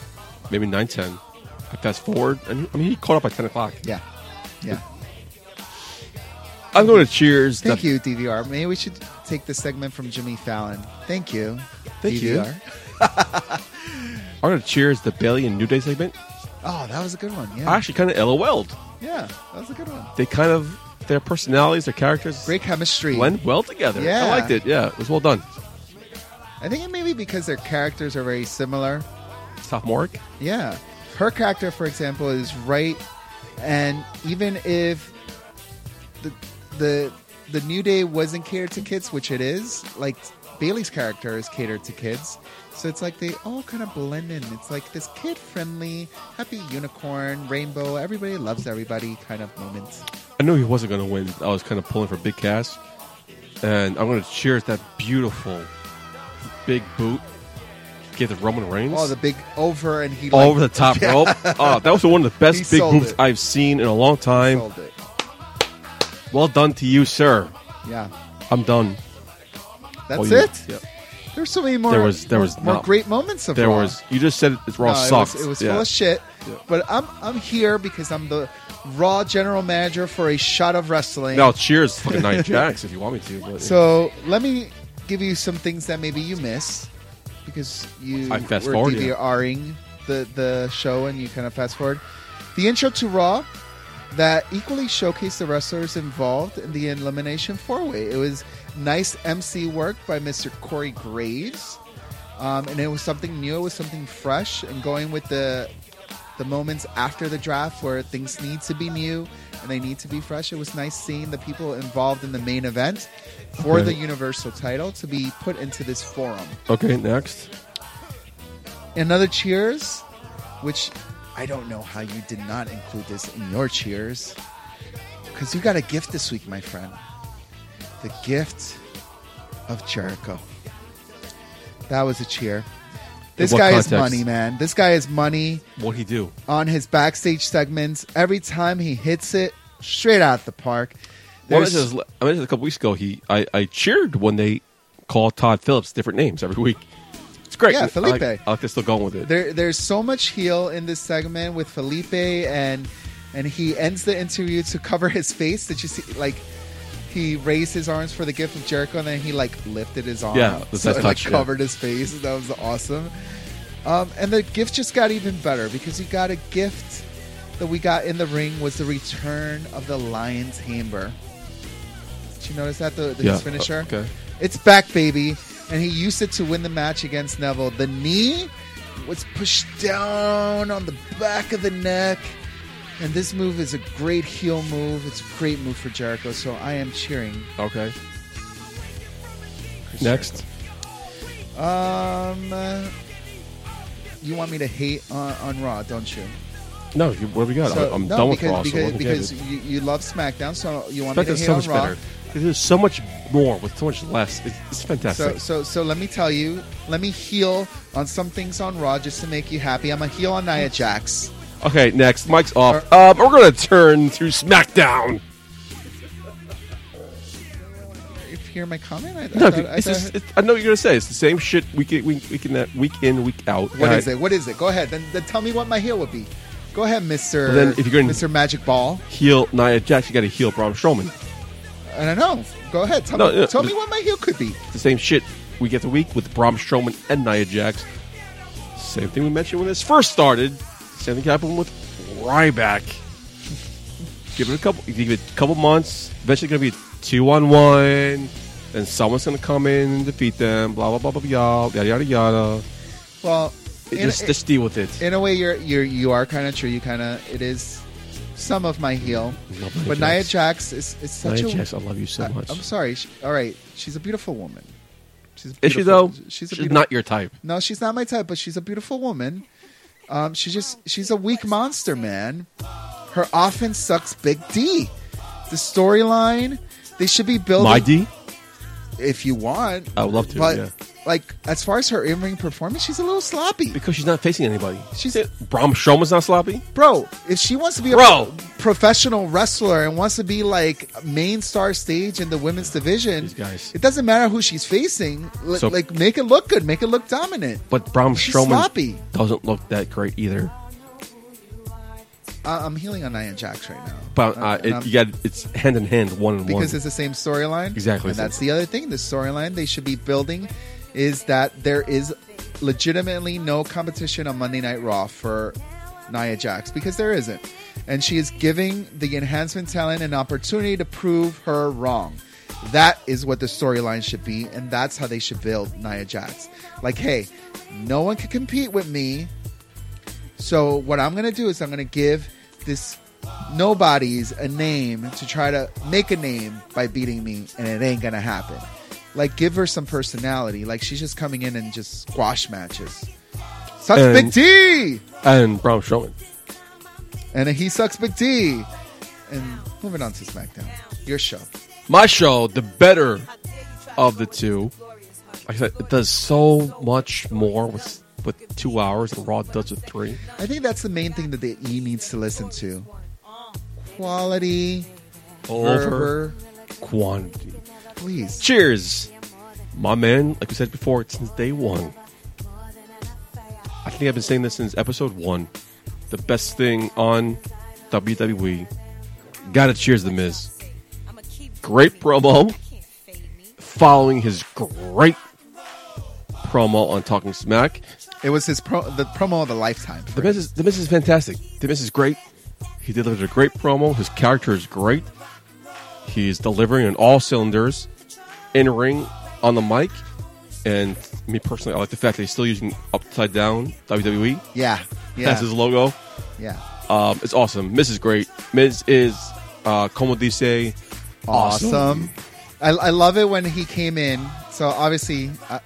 maybe nine ten. I fast forward, and I mean he caught up by ten o'clock.
Yeah, yeah.
I'm going to Cheers.
Thank
the-
you, DVR. Maybe we should take the segment from Jimmy Fallon. Thank you,
Thank you.
DVR.
I'm going to Cheers the Bailey and New Day segment.
Oh, that was a good one.
I
Yeah,
actually kind of LOL'd.
yeah, that was a good one.
They kind of their personalities, their characters
Great chemistry.
blend well together.
Yeah.
I liked it. Yeah, it was well done.
I think it may be because their characters are very similar.
Sophomoric.
Yeah. Her character, for example, is right, and even if the the the New Day wasn't catered to kids, which it is. Like Bailey's character is catered to kids, so it's like they all kind of blend in. It's like this kid-friendly, happy unicorn, rainbow, everybody loves everybody kind of moment.
I knew he wasn't going to win. I was kind of pulling for Big Cass. And I'm going to cheers that beautiful big boot. Give the Roman Reigns
Oh, the big over and he like,
over the top rope. Oh, that was one of the
He
best big
sold
boots
it.
I've seen in a long time.
sold it.
Well done to you, sir.
Yeah,
I'm done.
that's
you-
it.
Oh, yeah.
There's so many more.
There was- there was
more
no-
great moments of
There
Raw.
was. You just said it, it's raw
No, it was,
sucks.
it was
Yeah.
full of shit. But I'm I'm here because I'm the Raw general manager for a shot of wrestling.
Now cheers, fucking Nia Jax, if you want me to. But,
So let me give you some things that maybe you missed because you
I fast
were
forward, yeah.
DVRing the the show and you kind of fast forward. The intro to Raw that equally showcased the wrestlers involved in the elimination four way. It was nice MC work by Mr. Corey Graves, um, and it was something new. It was something fresh and going with the the moments after the draft where things need to be new and they need to be fresh. It was nice seeing the people involved in the main event for
Okay.
the Universal title to be put into this forum.
okay, next.
Another cheers, which I don't know how you did not include this in your cheers because you got a gift this week, my friend. The gift of Jericho. That was a cheer. This
what
guy is
context?
money, man. This guy is money
What'd he do?
on his backstage segments. Every time he hits it, straight out the park.
Well,
There's-
this is- I mentioned a couple weeks ago. He, I, I cheered when they called Todd Phillips different names every week. It's great.
Yeah,
I like-
Felipe.
I like they're still going with it.
there, there's so much heel in this segment with Felipe, and and he ends the interview to cover his face. Did you see? Like he raised his arms for the gift of Jericho, and then he like lifted his arm.
Yeah, the
so
best
it, like
touch, yeah.
covered his face. That was awesome. Um, and the gift just got even better because he got a gift that we got in the ring was the return of the Lion's Hammer. Did you notice that the, the
Yeah,
his finisher?
uh, okay.
It's back, baby. And he used it to win the match against Neville. The knee was pushed down on the back of the neck. And this move is a great heel move. It's a great move for Jericho. So I am cheering.
Okay.
Chris
Next.
Jericho. Um, uh, you want me to hate on, on Raw, don't you?
No, you, what do we got?
So-
I'm, I'm
no,
done with
because,
Raw. so
Because,
let me get
because
it.
you, you love SmackDown, so you want me to
SmackDown's
hate
so
on
much
Raw.
better. There's so much more with so much less. It's, it's
So,
fantastic.
so, so let me tell you, let me heal on some things on Raw just to make you happy. I'm a heel on Nia Jax.
okay, next. Mike's off. Um, we're gonna turn to SmackDown.
If you hear my comment, I, I
No,
thought, I
it's
thought-
just, it's, I know what you're gonna say it's the same shit week in, week, week, in, that- week in, week out. Uh,
what
And
is
I-
it? What is it? Go ahead. Then, then tell me what my heel would be. Go ahead, Mister.
Well, then if you're gonna-
Mister Magic Ball,
Heel Nia Jax. You got to heel Braun Strowman.
I don't know. Go ahead. Tell
No, uh,
me.
yeah,
tell
but-
me what my heel could be.
the same shit we get the week with Braun Strowman and Nia Jax. Same thing we mentioned when this first started. Same thing happened with Ryback. give it a couple. Give it a couple months. Eventually, going to be two on one, and someone's going to come in and defeat them. Blah blah blah blah blah. Yada yada yada.
Well,
It
in,
just, just deal with it.
in a way, you're you're you are kind of true. You kind of it is some of my heel,
love Nia
but
Jax.
Nia Jax is, is such
Nia
a
Jax, I love you so
I,
much.
am sorry. She, all right, she's a beautiful woman. She's
Is she
beautiful-
though?
She's,
She's,
a beautiful,
not your type.
No, she's not my type, but she's a beautiful woman. Um, she just she's a weak monster, man. Her offense sucks. Big D. The storyline they should be building
My D.
if you want.
I would love to,
but
yeah.
like as far as her in ring performance, she's a little sloppy,
Because she's not facing anybody.
She's-
Braun Strowman's not sloppy.
bro. If she wants to be a
Bro.
professional wrestler and wants to be like main star stage in the women's division,
These guys.
it doesn't matter who she's facing. L-
So-
like make it look good, make it look dominant.
But Braun
She's
Strowman
sloppy.
doesn't look that great either.
I- Uh, I'm healing on Nia Jax right now.
But
Uh,
uh,
and
it,
I'm-
you got it's hand in hand, one on one.
because it's the same storyline.
Exactly.
And that's the other thing. The storyline they should be building is that there is legitimately no competition on Monday Night Raw for Nia Jax because there isn't. And she is giving the enhancement talent an opportunity to prove her wrong. That is what the storyline should be, and that's how they should build Nia Jax. Like, hey, no one can compete with me. So what I'm gonna do is I'm gonna give this nobodies a name to try to make a name by beating me, and it ain't gonna happen. Like, give her some personality. Like, she's just coming in and just squash matches. Sucks
And-
Big T,
And Braun Strowman.
and he sucks Big T. And moving on to SmackDown, your show.
My show, the better of the two. Like I said, it does so much more with with two hours, and Raw does with three.
I think that's the main thing that the E needs to listen to. Quality
Over
over,
quantity.
please.
Cheers, my man. Like we said before, since day one. I think I've been saying this since episode one. The best thing on WWE. Gotta cheers the Miz. Great promo. Following his great promo on Talking Smack.
It was his pro- the promo of the lifetime.
The Miz is the Miz is fantastic. The Miz is great. He delivered a great promo. His character is great. He's delivering on all cylinders, in ring, on the mic, and me personally, I like the fact that he's still using upside down WWE
Yeah, yeah,
as his logo.
yeah.
Um, it's awesome. Miz is great. Miz is uh, como dice,
awesome. I, I love it when he came in. So obviously, I,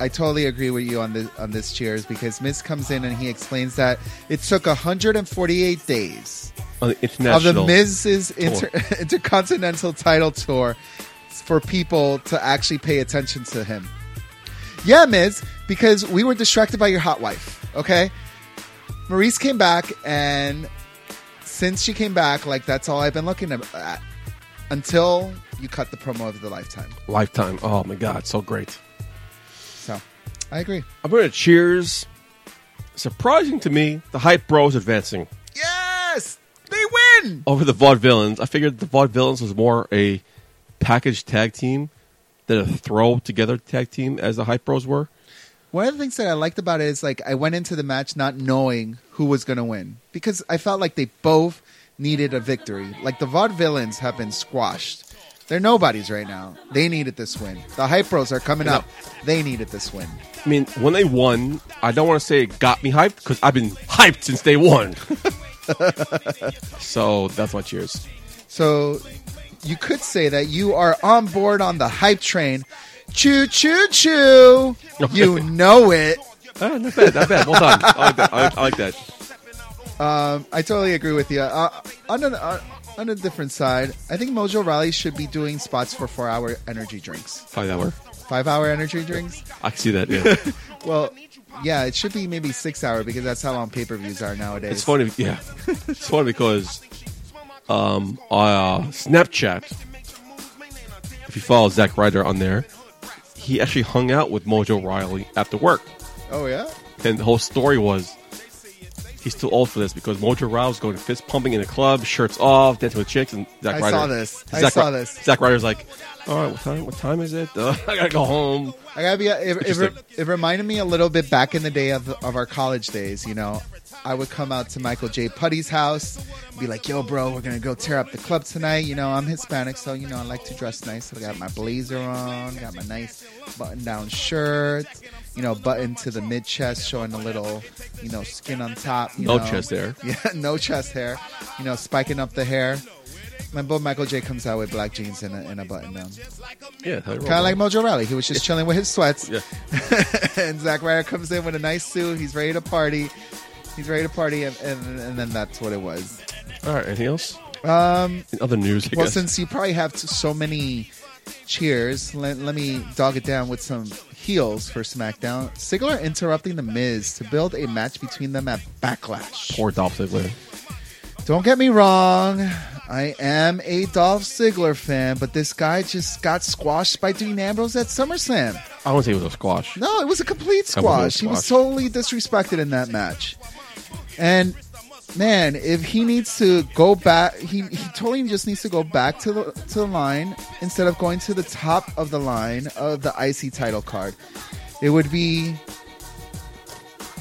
I totally agree with you on this on this cheers because Miz comes in and he explains that it took 148 days
on the international.
of the Miz's inter- intercontinental title tour for people to actually pay attention to him. Yeah, Miz, because we were distracted by your hot wife. Okay, Maurice came back, and since she came back, like that's all I've been looking at until you cut the promo of the lifetime.
lifetime. Oh my god, so great.
So, I agree.
I'm going to cheers. Surprising to me, the hype bro is advancing.
Yes, they win.
over the Vaudevillains. I figured the Vaudevillains was more a package tag team than a throw together tag team as the Hype Bros were.
One of the things that I liked about it is like I went into the match not knowing who was going to win because I felt like they both needed a victory. Like the Vaudevillains have been squashed. They're nobodies right now. They needed this win. The Hype Bros are coming up. They needed this win.
I mean, when they won, I don't want to say it got me hyped because I've been hyped since day one. so that's my cheers.
So you could say that you are on board on the hype train. Choo choo choo. You know it.
Ah, not bad, not bad. Well done. I like that. I, I like that.
I totally agree with you. Uh, on, an, uh, on a different side, I think Mojo Raleigh should be doing spots for four hour energy drinks.
Five hour.
Five hour energy drinks?
I can see that. Yeah,
Well, yeah, it should be maybe six hour because that's how long pay per views are nowadays.
it's funny. Yeah, it's funny because um, uh, Snapchat. If you follow Zack Ryder on there, he actually hung out with Mojo Riley after work.
Oh, yeah?
And the whole story was he's too old for this because Mojo Rao was going fist pumping in a club, shirts off, dancing with chicks, and Zach
I
Ryder.
saw this. I
Zack
saw
Ry-
this.
Zack Ryder's like, all right, what time? What time is it? Uh, I gotta go home.
I gotta be. It, it, re-
Interesting.
it reminded me a little bit back in the day of, of our college days. You know, I would come out to Michael J. Putty's house, be like, "Yo, bro, we're gonna go tear up the club tonight." You know, I'm Hispanic, so you know I like to dress nice. So I got my blazer on, got my nice button-down shirt. You know, button to the mid chest, showing a little, you know, skin on top. You
No
know.
chest hair.
Yeah, no chest hair. You know, spiking up the hair. My boy Michael J. comes out with black jeans and a, and a button down.
Yeah, kind
Kind of like Mojo Raleigh. He was just chilling with his sweats.
Yeah.
and Zack Ryder comes in with a nice suit. He's ready to party. He's ready to party, and, and, and then that's what it was.
All right, anything else? Um, other news. I
Well,
guess.
since you probably have t- so many cheers, let, let me dog it down with some heels for SmackDown. Sigler interrupting The Miz to build a match between them at Backlash.
poor Dolph Ziggler.
Don't get me wrong. I am a Dolph Ziggler fan, but this guy just got squashed by Dean Ambrose at SummerSlam.
I wouldn't say it was a squash.
No, it was a complete
That was a
squash. He was
squash.
totally disrespected in that match. And man, if he needs to go back, he, he totally just needs to go back to the to the line instead of going to the top of the line of the IC title card. It would be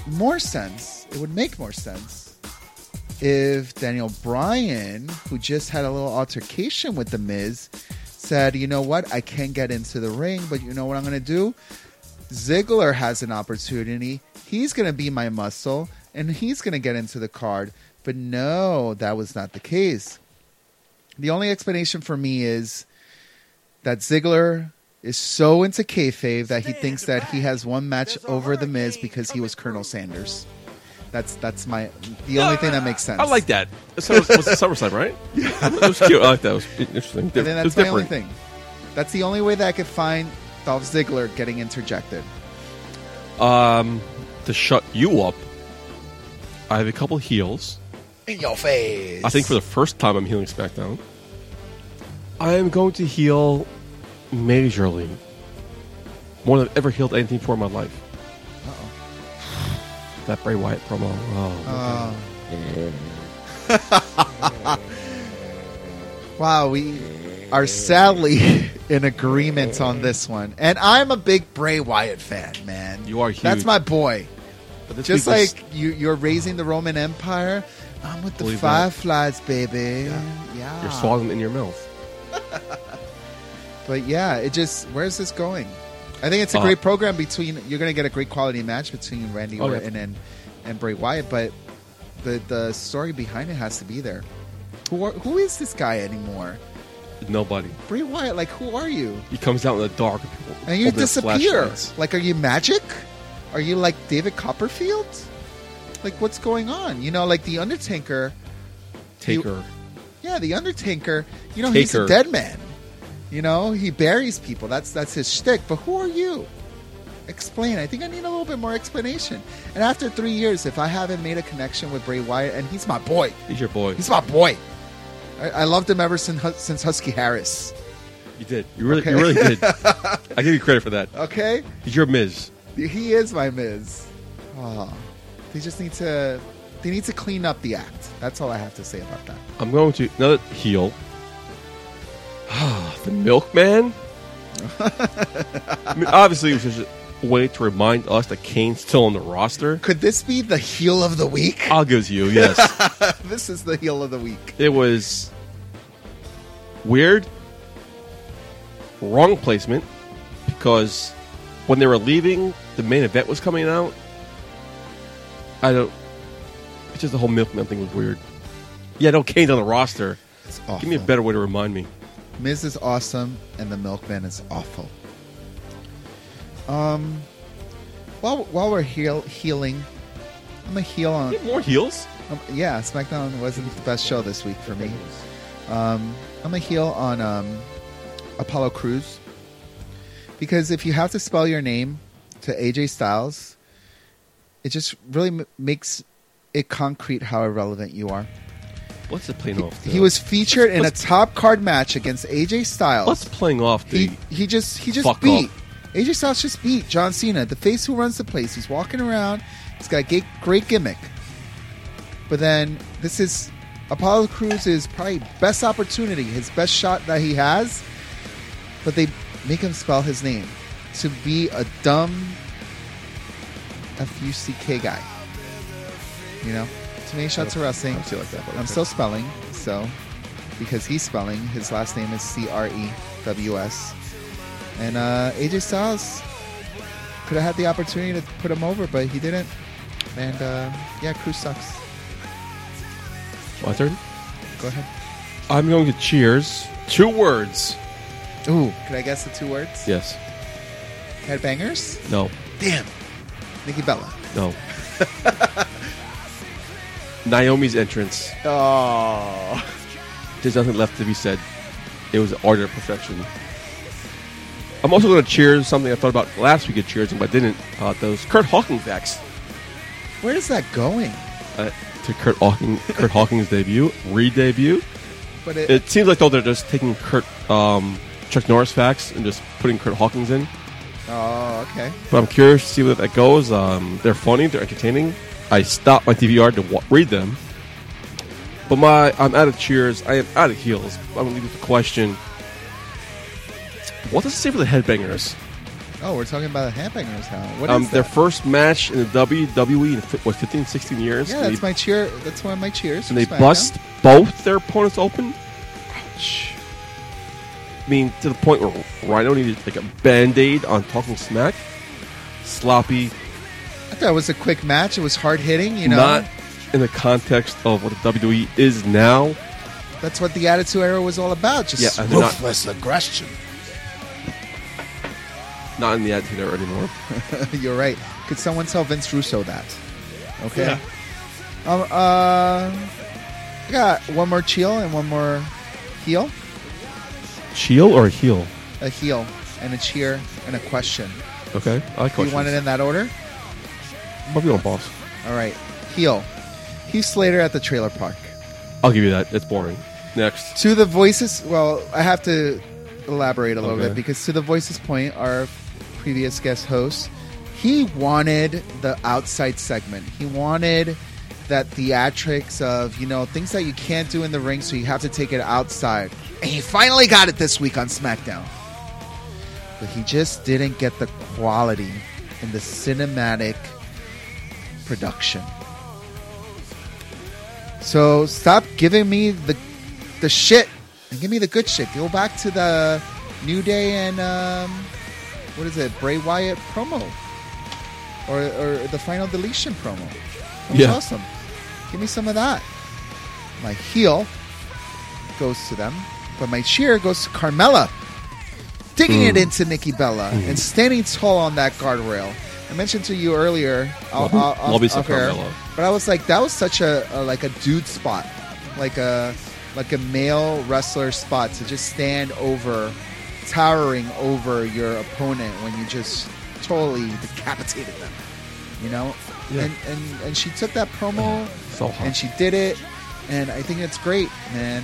more sense. It would make more sense if Daniel Bryan, who just had a little altercation with the Miz, said, "You know what? I can't get into the ring, but you know what I'm going to do? Ziggler has an opportunity. He's going to be my muscle, and he's going to get into the card. But no, that was not the case. The only explanation for me is that Ziggler is so into kayfabe that he thinks that he has one match over The Miz because he was Colonel Sanders. That's that's my the only thing that makes sense.
I like that. It was, was it SummerSlam, right? Yeah. it was cute. I like that. It was interesting.
And
Different.
then
it was
that's my
different.
only thing. That's the only way that I could find Dolph Ziggler getting interjected.
To shut you up, I have a couple heels.
In your face.
I think for the first time I'm healing SmackDown. I am going to heal majorly. More than I've ever healed anything for in my life. That Bray Wyatt promo. Oh,
Uh, Wow, we are sadly in agreement on this one. And I'm a big Bray Wyatt fan, man.
You are huge.
That's my boy.
But this
Just
week was-
like you, you're raising the Roman Empire, I'm with the
Believe that.
Fireflies, baby. Yeah.
you're swallowing in your mouth.
But yeah, it just where's this going? I think it's a
Uh,
great program between you're going to get a great quality match between Randy
Oh, yeah.
Orton and and Bray Wyatt, but the the story behind it has to be there. Who are, who is this guy anymore?
Nobody.
Bray Wyatt, like who are you?
He comes out in the dark. and people
And you
open their
disappear.
flashlights.
Like are you magic? Are you like David Copperfield? Like what's going on? You know, like the Undertaker.
Taker.
Yeah, the Undertaker. You know, he's a
Taker.
dead man. You know, he buries people. That's that's his shtick. But who are you? Explain. I think I need a little bit more explanation. And after three years, if I haven't made a connection with Bray Wyatt, and he's my boy,
He's your boy.
he's my boy. I, I loved him ever since Hus- since Husky Harris.
you did. You really,
Okay.
you really did. I give you credit for that.
Okay,
He's your Miz.
he is my Miz. Oh, they just need to they need to clean up the act. That's all I have to say about that.
I'm going to another heel. Ah, the milkman. I mean, obviously, it was just a way to remind us that Kane's still on the roster.
Could this be the heel of the week?
I'll give it to you. Yes,
this is the heel of the week.
it was weird, wrong placement because when they were leaving, the main event was coming out. I don't. It's just the whole milkman thing was weird. Yeah, no, Kane's on the roster.
It's
Give me a
awful.
better way to remind me.
Miz is awesome, and the Milkman is awful. Um, while while we're heal, healing, I'm a heel on.
Get more heels.
Um, yeah, SmackDown wasn't the best show this week for me. Um, I'm a heel on um, Apollo Cruz because if you have to spell your name to AJ Styles, it just really m- makes it concrete how irrelevant you are.
What's the playing off?
He was featured in a top card match against AJ Styles.
What's playing off the?
He he just he just
Fuck
beat
off.
AJ Styles just beat John Cena, the face who runs the place. He's walking around. He's got a ga- great gimmick. But then this is Apollo Cruz is probably best opportunity, his best shot that he has. But they make him spell his name to be a dumb F U C K guy. You know, too many shots of wrestling.
I don't feel like that, but
I'm
okay.
still spelling, so because he's spelling, his last name is C R E W S. And uh, AJ Styles could have had the opportunity to put him over, but he didn't. And uh, yeah, Cruz sucks.
My turn.
Go ahead.
I'm going to cheers. Two words.
Ooh, could I guess the two words?
Yes.
Headbangers.
No.
Damn. Nikki Bella.
No. Naomi's entrance.
Oh.
There's nothing left to be said. It was order of perfection. I'm also going to cheers something I thought about last week at Cheers, but I didn't. Uh, those Kurt Hawking facts.
Where is that going?
Uh, to Kurt Hawking, Kurt Hawking's debut, re-debut.
But it,
It seems like though they're just taking Kurt, um, Chuck Norris facts and just putting Kurt Hawkins in.
Oh, okay.
But I'm curious to see where that goes. Um, they're funny, they're entertaining. I stopped my DVR to wa read them. But my, I'm out of cheers. I am out of heels. I'm gonna leave with the question: What does it say for the headbangers?
Oh, we're talking about the headbangers now. What is
Um, their
that?
first match in the WWE in fi- what 15, 16 years.
Yeah,
and
that's
they,
my cheer. That's one of my cheers.
and they
for SmackDown.
bust both their opponents open. Ouch. I mean, to the point where Rhino needed like a band aid on talking smack. Sloppy,
I thought it was a quick match. It was hard hitting. You know,
not in the context of what the WWE is now,
That's what the Attitude Era was all about. Just
Yeah, and they're not-
ruthless aggression.
not in the attitude era anymore.
You're right. Could someone tell Vince Russo that? Okay. Um, uh, I got one more chill and one more heel.
Shield or heel?
A heel and a cheer and a question.
Okay, I like
Do you
questions.
want it in that order?
What do you want, boss?
All right. Heel. Heath Slater at the trailer park.
I'll give you that. It's boring. Next.
To the voices, well, I have to elaborate a little
Okay.
bit because to the voices point, our previous guest host, he wanted the outside segment. He wanted that theatrics of, you know, things that you can't do in the ring, so you have to take it outside. And he finally got it this week on SmackDown. But he just didn't get the quality in the cinematic production. So stop giving me the the shit and give me the good shit. Go back to the New Day and um, what is it, Bray Wyatt promo, or or the Final Deletion promo. That was
Yeah.
awesome. Give me some of that. My heel goes to them, but my cheer goes to Carmella, digging
Hmm.
it into Nikki Bella and standing tall on that guardrail. I mentioned to you earlier, I'll,
Love-
I'll,
love me some
off air,
Carmella.
but I was like, that was such a, a like a dude spot, like a like a male wrestler spot to just stand over, towering over your opponent when you just totally decapitated them, you know.
Yeah.
And, and and she took that promo,
So hot.
and she did it, and I think it's great, man.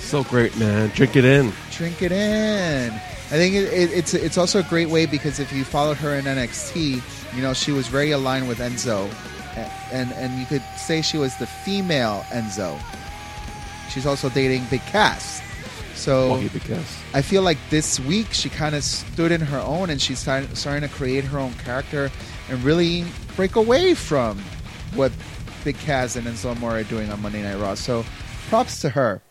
So great, man. Drink it in.
Drink it in. I think it, it, it's it's also a great way because if you followed her in NXT, you know she was very aligned with Enzo, A- and and you could say she was the female Enzo. She's also dating Big Cass, so
Lucky big guess.
I feel like this week she kind of stood in her own and she's starting, starting to create her own character and really break away from what Big Kaz and Enzo Amore are doing on Monday Night Raw. So props to her.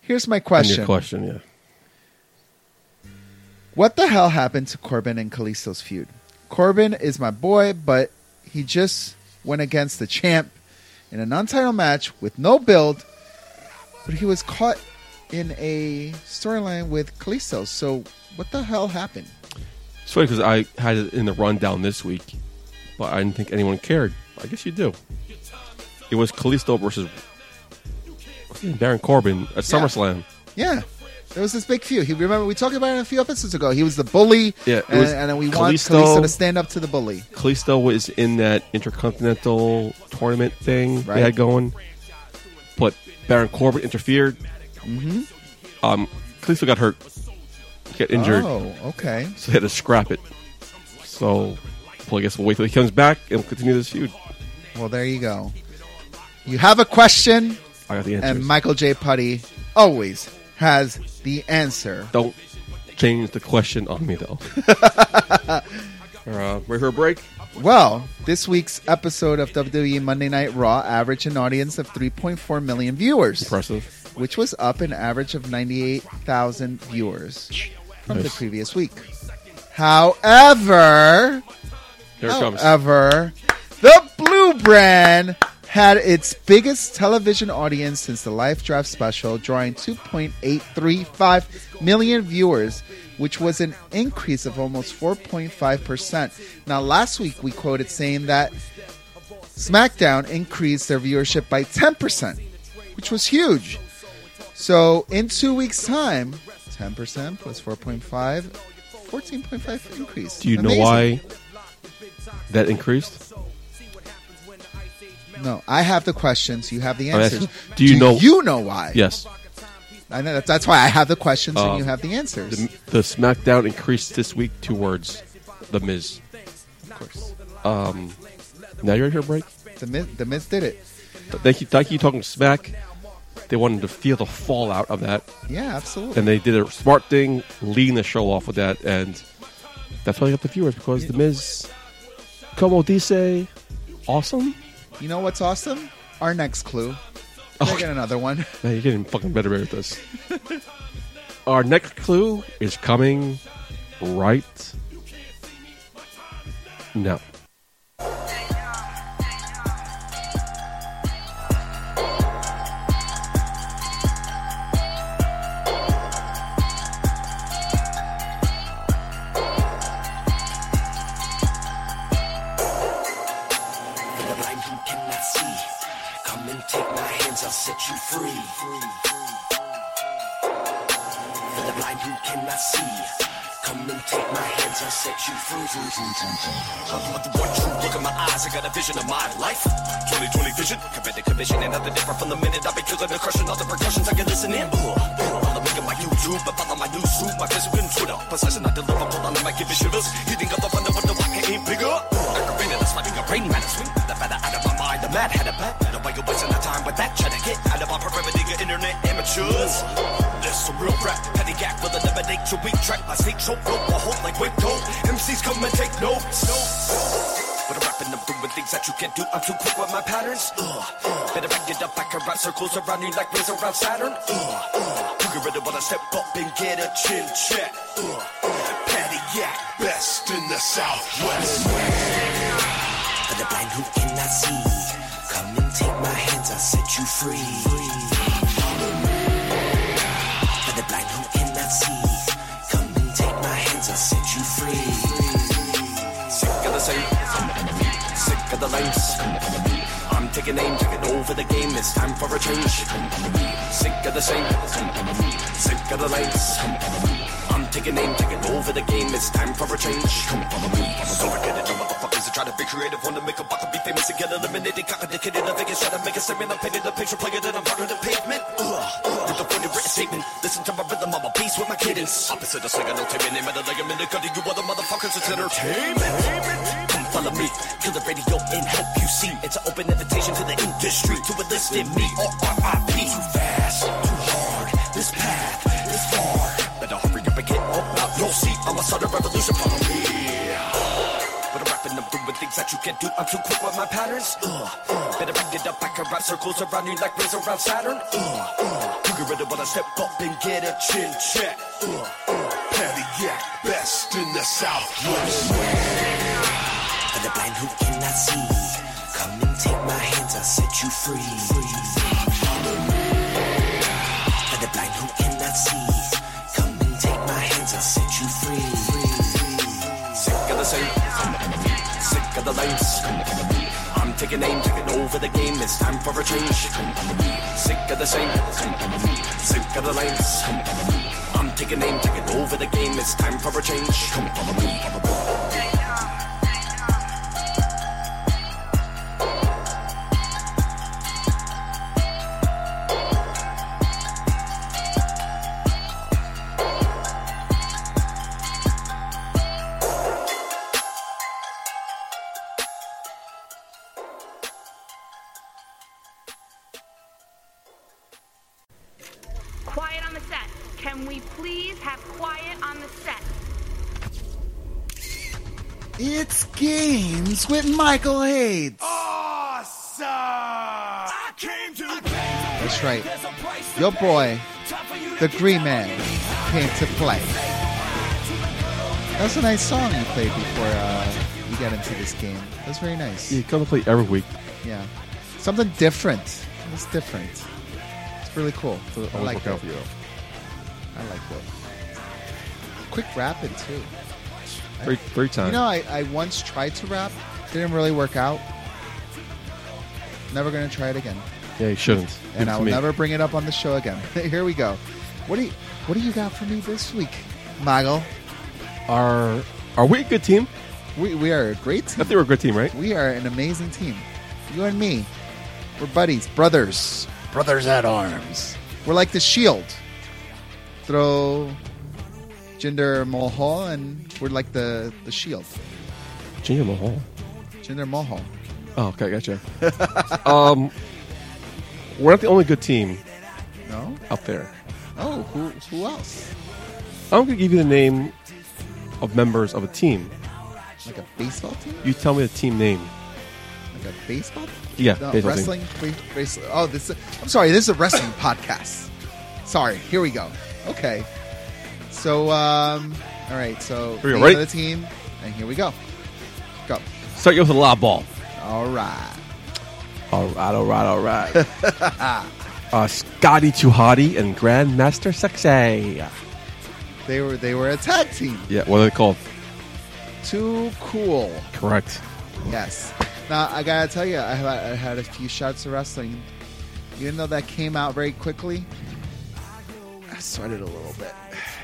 Here's my
And
question.
your question, yeah.
What the hell happened to Corbin and Kalisto's feud? Corbin is my boy, but he just went against the champ in a non-title match with no build, but he was caught in a storyline with Kalisto. So what the hell happened?
It's funny because I had it in the rundown this week, but I didn't think anyone cared. I guess you do. It was Kalisto versus what's his name? Baron Corbin at SummerSlam.
Yeah. There was this big feud. He remember we talked about it a few episodes ago. He was the bully,
Yeah, it
and,
was
and then we want
Kalisto-
Kalisto to stand up to the bully.
Kalisto was in that intercontinental tournament thing
Right.
they had going, but Baron Corbin interfered. Mm-hmm. Um, Kalisto got hurt, got injured,
Oh, okay.
so they had to scrap it. So, well, I guess we'll wait till he comes back and we'll continue this feud.
Well, there you go. You have a question,
I got the answer.
and Michael J. Putty always has the answer.
Don't change the question on me, though. uh, ready for a break?
Well, this week's episode of WWE Monday Night Raw averaged an audience of 3.4 million viewers,
Impressive.
which was up an average of 98,000 viewers from the
Nice.
previous week. However,
Here
Oh,
it comes.
uh, However, the Blue Brand had its biggest television audience since the Life Draft special, drawing 2.835 million viewers, which was an increase of almost 4.5%. Now, last week we quoted saying that SmackDown increased their viewership by 10%, which was huge. So, in two weeks' time, 10% plus 4.5, 14.5 increase.
Do you know
Amazing.
why that increased?
No, I have the questions. You have the
I'm
answers.
asking, Oh, do you know-
You know why?
Yes.
I know that's, that's why I have the questions and
Um,
you have the answers.
The, the SmackDown increased this week two words. The Miz.
of course,
Um, now you're here, break?
the Miz, the Miz did it.
They keep, they keep talking smack. They wanted to feel the fallout of that,
Yeah, absolutely.
and they did a smart thing, leading the show off with that, and that's why they got the viewers because The Miz, como dice, awesome.
you know what's awesome? Our next clue.
Oh.
Can I get another one?
Now you're getting fucking better at this. Our next clue is coming right now.
you cannot see. Come and take my hands, I'll set you free. For the blind who cannot see. Come and take my hands, I'll set you free.
But the one true look in my eyes, I got a vision of my life. 2020 vision, committed commission, and nothing different from the minute I be killing and crushing all the percussions. I can listen in. Ooh, ooh, follow me on my YouTube, but follow my new suit, my Facebook and Twitter. Possession, I deliver, pull on the mic, give me shivers. Heating up the thunder, what the rock ain't bigger. Ooh, aggravated, that's like a brain matter swing. The better out of my mind, the mad had a bet. The way you're wasting the time with that, trying to get out of my perimeter, your internet amateurs. There's some real rap, petty gag with a lemonade to weak track. My sneak choke, rope, a hold like Waco. MCs come and take notes. But I'm rapping, I'm doing things that you can't do. I'm too quick with my patterns. Ugh, ugh. Better back it up, I can wrap circles around you like rings around Saturn. Ugh, ugh. You get rid of when I step up and get a chin check. Ugh, ugh. Patty Yak, best in the Southwest.
For the blind who cannot see. Come and take my hands, I'll set you free. For the blind who cannot see. Come and take my hands, I'll set you free.
Sick of the same, sick of the lanes. I'm taking aim, taking over the game. It's time for a change. Sick of the same, sick of the lanes. I'm taking aim, taking over the game. It's time for a change. So I get it, you motherfuckers. I try to be creative, wanna make a buck and be famous and get eliminated. Complicated, I think it's trying to make a statement. I'm painting the picture, play it, and I'm part of the pavement. Ugh, with the funny written statement. Listen to my rhythm, I'm a piece with my cadence. Opposite the singer, no taming, name of the ligament. Cut to you other motherfuckers, it's entertainment. Come follow me, kill the radio and help you see. It's an open invitation to the industry to enlist in me or RIP. Too fast, too hard, this path is far. Better hurry up and get up now. You'll see, I'ma start a revolution, follow me. But I'm rapping, I'm doing things that you can't do. I'm too quick with my patterns. Ugh, ugh. Better back it up, I can wrap circles around you like rings around Saturn. Ugh, ugh. You get rid of when I step up and get a chin check. Ugh, ugh. Patty Yak, best in the Southwest.
For the blind who cannot see. Come and take my hands, I'll set you free. For the blind who cannot see. Come and take my hands, I'll set you free.
Sick of the same, sick of the lanes. I'm taking aim, taking over the game. It's time for a change. Sick of the same, sick of the lanes. I'm taking aim, taking over the game. It's time for a change. Come follow me.
Quiet on the set. Can we please have quiet on the set?
It's games with Michael Hayes. That's right. Your boy, the Green Man, came to play. That's a nice song you played before uh, you got into this game. That's very nice.
You come to play every week.
Yeah. Something different. It's different. It's really cool. I
Always
like
look
that.
out for you.
I like that. Quick rapping, too.
Three, three times.
You know, I, I once tried to rap, didn't really work out. Never going to try it again.
yeah, you shouldn't. Good
And I
for
will
me.
never bring it up on the show again. Here we go. What do you What do you got for me this week, Moggle?
Are are we a good team?
We we are a great
I
team.
think we're a good team, right?
We are an amazing team. You and me, we're buddies, brothers, brothers at arms. We're like the shield. Throw Jinder Mahal, and we're like the the shield.
Junior Mahal.
Jinder Mahal.
Oh, okay, gotcha. um, we're not the only good team
No.
out there.
Oh, who who else?
I'm going to give you the name of members of a team.
Like a baseball team?
You tell me the team name.
Like a baseball? team?
Yeah,
No,
baseball team.
wrestling. Wait, wrestling. Oh, this. Is, I'm sorry. This is a wrestling podcast. Sorry. Here we go. Okay. So, um, all right. So,
Here we go,
name
ready?
of the team, and here we go. Go.
Start you with a lob ball.
All right.
All right, all right, all right. uh, Scotty Tuhati and Grandmaster Sexay.
They were they were a tag team.
Yeah, what are they called?
Too cool.
Correct.
Yes. Now I gotta tell you, I had, I had a few shots of wrestling. Even though that came out very quickly, I sweated a little bit.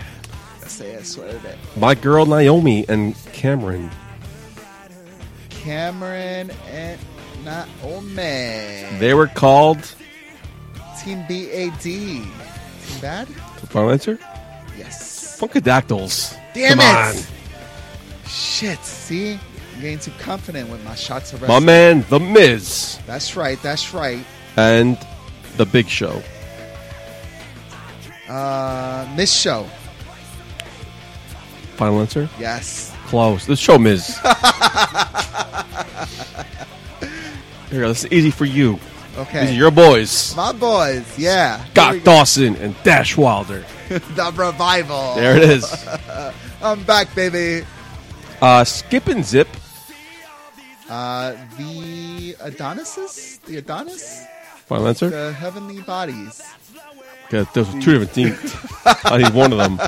I say I sweated it.
My girl Naomi and Cameron.
Cameron and not Naomi.
They were called.
Team BAD. Team Bad?
Final answer?
Yes.
Funkadactyls.
Damn
Come
it! Shit. See, I'm getting too confident with my shots of
on. My
wrestling.
man, The Miz,
That's right. That's right.
and The Big Show.
Uh, Miss Show.
Final answer?
Yes.
Close. The show, Miz. Here you go. This is easy for you. These
Okay.
are your boys.
my boys. Yeah. Here we
Scott
go.
Dawson and Dash Wilder.
the revival.
There it is.
I'm back, baby.
Uh, skip and zip.
Uh, the Adonises? The Adonis?
Final answer.
The heavenly bodies.
Okay, those are two different teams. I need one of them.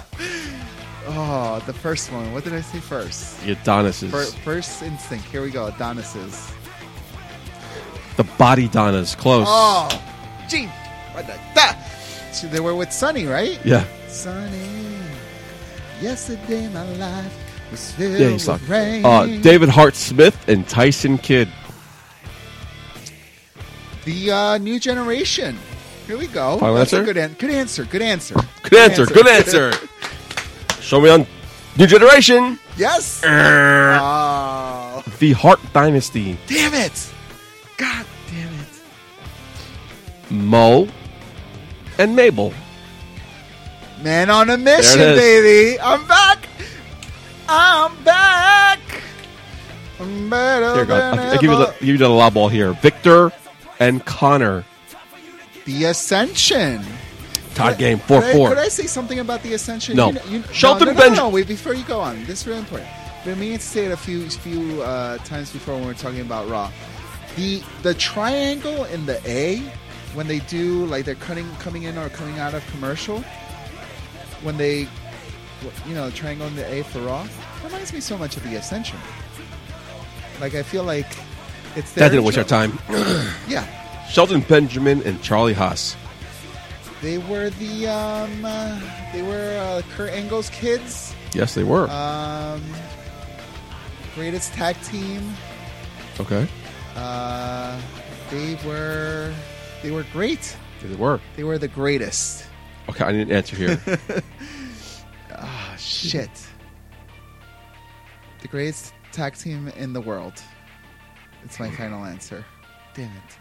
Oh, the first one. What did I say first?
The Adonis
Fir- first instinct. Here we go. Adonises.
The Body Donnas. Close.
Oh, gee, what the? da- So they were with Sunny, right?
Yeah.
Sunny. Yesterday my life was filled
Yeah, he
with
sucked.
rain.
Uh, David Hart Smith and Tyson Kidd.
The uh, new generation. Here we go.
Final
That's
answer?
A good, an- good answer. Good answer.
Good answer. Good answer. Show me on New Generation.
yes.
Er.
oh,
The Hart Dynasty.
damn it! God damn it!
Mo and Mabel.
Man on a mission,
There it is.
baby. I'm back. I'm back. I'm better
There you go.
than
I'll, I'll give you the,
ever.
I'll give you the lob ball here. Victor and Connor.
The Ascension.
Todd game
Could I-
four four.
Could I say something about the Ascension?
No.
You kn- you-
Shelton
no, no, no,
Benja-
no, wait, before you go on, this is really important. Been meaning to say it a few few uh, times before when we were talking about Raw. The the triangle in the A when they do like they're cutting coming in or coming out of commercial when they you know the triangle in the A for Raw reminds me so much of the Ascension. Like I feel like it's
That
their
didn't waste our
intro.
time.
Yeah,
Sheldon Benjamin and Charlie Haas.
They were the um, uh, they were uh, Kurt Angle's kids.
Yes, they were.
Um, greatest tag team.
okay.
Uh, they were they were great.
They were.
They were the greatest.
Okay, I need an answer here.
Ah, shit. The greatest tag team in the world. It's
Hmm.
my final answer. Damn it.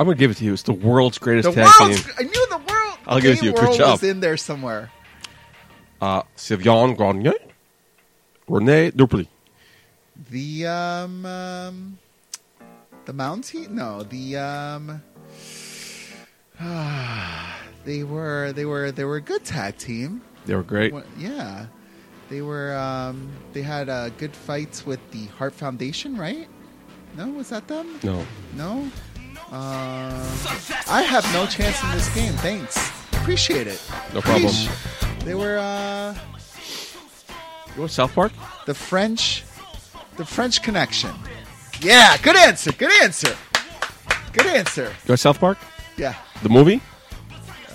I'm going to give it to you. It's the world's greatest
The
tag
world.
team.
I knew the world.
I'll give it to
Dang,
you. Good
world
job.
was in there somewhere.
Uh, Sylvain Grenier, Rene Dupree.
The um, um the Mountie? No, the um they were they were they were a good tag team.
They were great.
Wha- Yeah. They were um they had uh, good fights with the Heart Foundation, right? No, was that them?
No.
No? Uh, I have no chance in this game. Thanks. Appreciate it.
No problem.
Preach. They were uh
You want South Park?
the French, the French Connection. Yeah, good answer. Good answer. Good answer.
You want South Park?
Yeah, um,
The movie?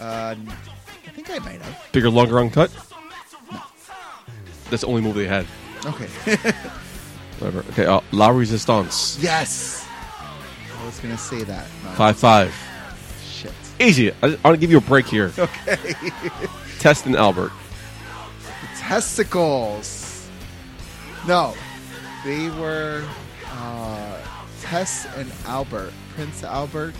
I think I might have.
Bigger, longer, uncut? That's the only movie they had.
Okay.
Whatever. Okay, uh, La Resistance.
yes. I was gonna say that. No,
Five five.
Shit.
Easy. I, I'm gonna give you a break here. Okay. Test and Albert.
Testicles. No, they were uh, Tess and Albert, Prince Albert.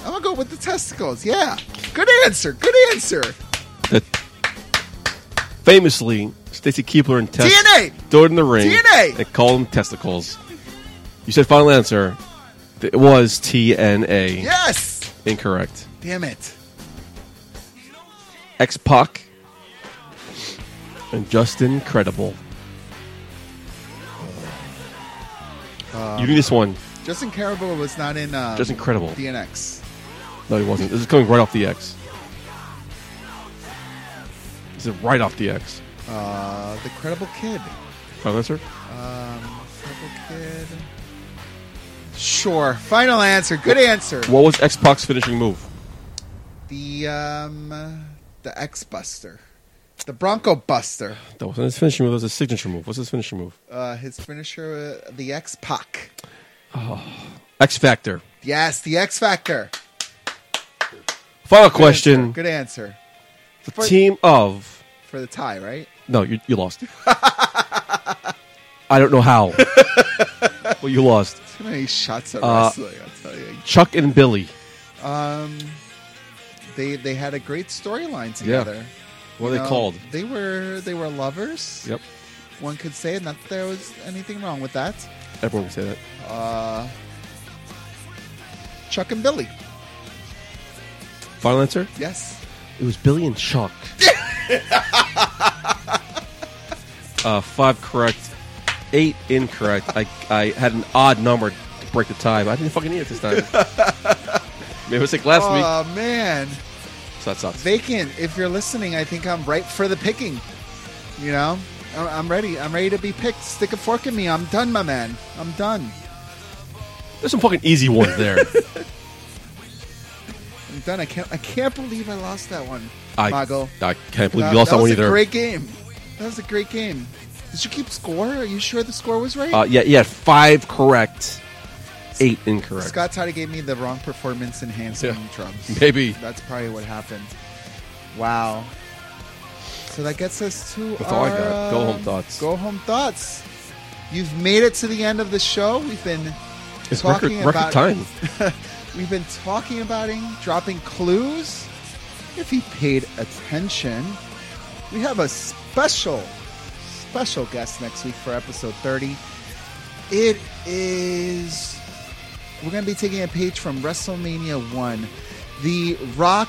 I'm gonna go with the testicles. Yeah, good answer. Good answer.
That famously, Stacy Keebler and Test
DNA!
throw it in the ring.
DNA!
And call them testicles. You said final answer. It was TNA.
Yes!
Incorrect.
Damn it.
X Pac and Justin Credible. you need this one.
Justin Caribou was not in um,
Justin Credible.
DNX.
No, he wasn't. This is coming right off the X. This is right off the X.
Uh, the Credible Kid.
Oh, that's her?
Um, Credible Kid. Sure. Final answer. Good answer.
What was X Pac's finishing move?
The um, the X Buster, the Bronco Buster.
That wasn't his finishing move. That was his signature move. What's his finishing move?
Uh, his finisher, uh, the X Pac.
X Factor.
Yes, the X Factor.
Final
Good answer.
question.
Good answer
The team of.
for the tie, right?
No, you, you lost. I don't know how. but you lost.
Too many shots at
Uh,
wrestling. I'll tell you.
Chuck and Billy.
They they had a great storyline together.
What are
You
they
know,
called?
They were they were lovers.
Yep.
One could say not that there was anything wrong with that.
Everyone would say that.
Chuck and Billy.
Final answer?
Yes.
It was Billy and Chuck. uh, five correct, eight incorrect. I, I had an odd number to break the tie, but I didn't fucking need it this time. Maybe it was like last
Oh man,
week, so that sucks.
vacant. If you're listening, I think I'm ripe for the picking. You know, I- I'm ready. I'm ready to be picked. Stick a fork in me. I'm done, my man. I'm done.
There's some fucking easy ones there.
I'm done. I can't. I can't believe I lost that one.
I,
Mago.
I can't believe
That-
you lost that one
was
either.
A great game. That was a great game. Did you keep score? Are you sure the score was right?
uh, yeah, yeah, five correct, eight incorrect.
Scott Tata gave me the wrong performance enhancement drums.
Maybe.
That's probably what happened. Wow. So that gets us to
That's all
our
I got. Go home
uh,
thoughts.
Go home thoughts. You've made it to the end of the show. We've been
It's record,
talking
record
about
time.
We've been talking about him, dropping clues. If he paid attention, we have a special, special guest next week for episode 30. It is. We're going to be taking a page from WrestleMania 1, the Rock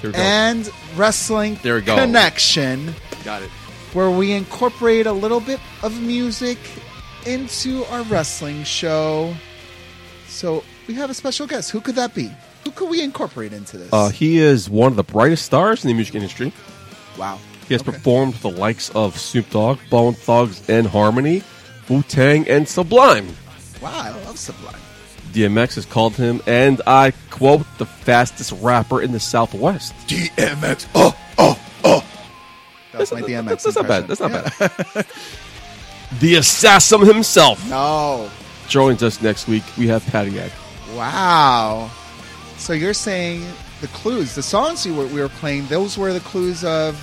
Here we go.
and Wrestling
There we go.
Connection
Got it.
where we incorporate a little bit of music into our wrestling show. So we have a special guest. Who could that be? Who could we incorporate into this?
Uh, he is one of the brightest stars in the music industry.
wow.
He has
Okay.
performed with the likes of Snoop Dogg, Bone Thugs and Harmony, Wu Tang, and Sublime.
Wow, I love Sublime.
DMX has called him, and I quote, the fastest rapper in the Southwest.
DMX. Oh, oh, oh. That was my DMX.
That's, that's not bad.
impression.
That's not bad. the assassin himself
No.
joins us next week. We have Padiac.
Wow. So you're saying the clues, the songs you were, we were playing, those were the clues of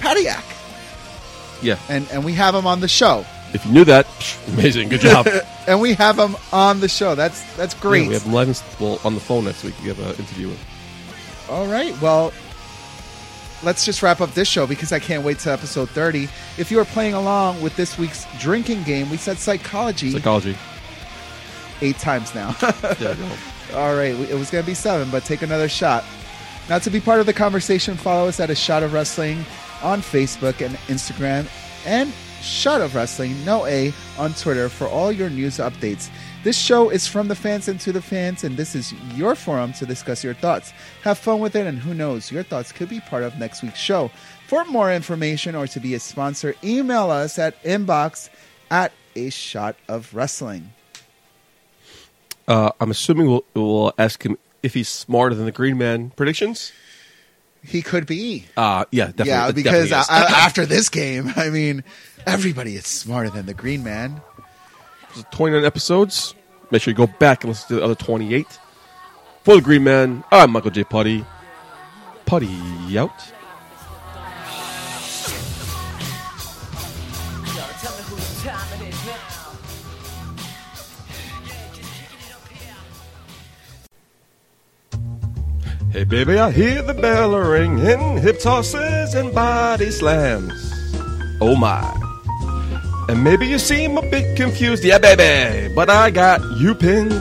Padiac.
Yeah.
And, and we have him on the show.
If you knew that, psh, amazing. Good job. Yeah,
and we have him on the show. That's that's great.
we have him live in, well, on the phone next week. We have an interview. with him.
All right. Well, let's just wrap up this show because I can't wait to episode 30. If you are playing along with this week's drinking game, we said psychology
Psychology.
eight times now.
Yeah, go.
All right, we- it was going to be seven, but take another shot. Now, to be part of the conversation, follow us at A Shot of Wrestling on Facebook and Instagram, and Shot of Wrestling, no A, on Twitter for all your news updates. This show is from the fans and to the fans, and this is your forum to discuss your thoughts. Have fun with it, and who knows, your thoughts could be part of next week's show. For more information or to be a sponsor, email us at inbox at A Shot of Wrestling.
Uh, I'm assuming we'll, we'll ask him if he's smarter than the Green Man predictions.
He could be.
Uh, yeah, definitely.
yeah,
It
because
definitely
I,
is.
I, after this game, I mean, everybody is smarter than the Green Man.
29 episodes. Make sure you go back and listen to the other 28. For the Green Man, I'm Michael J. Putty. Putty out. Hey baby, I hear the bell ringing, hip tosses and body slams. Oh my. And maybe you seem a bit confused, yeah, baby, but I got you pinned.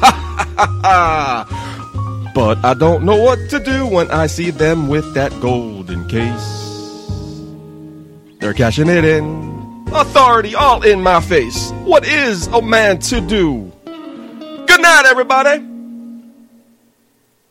Ha ha ha ha! But I don't know what to do when I see them with that golden case. They're cashing it in. Authority all in my face. What is a man to do? Good night, everybody!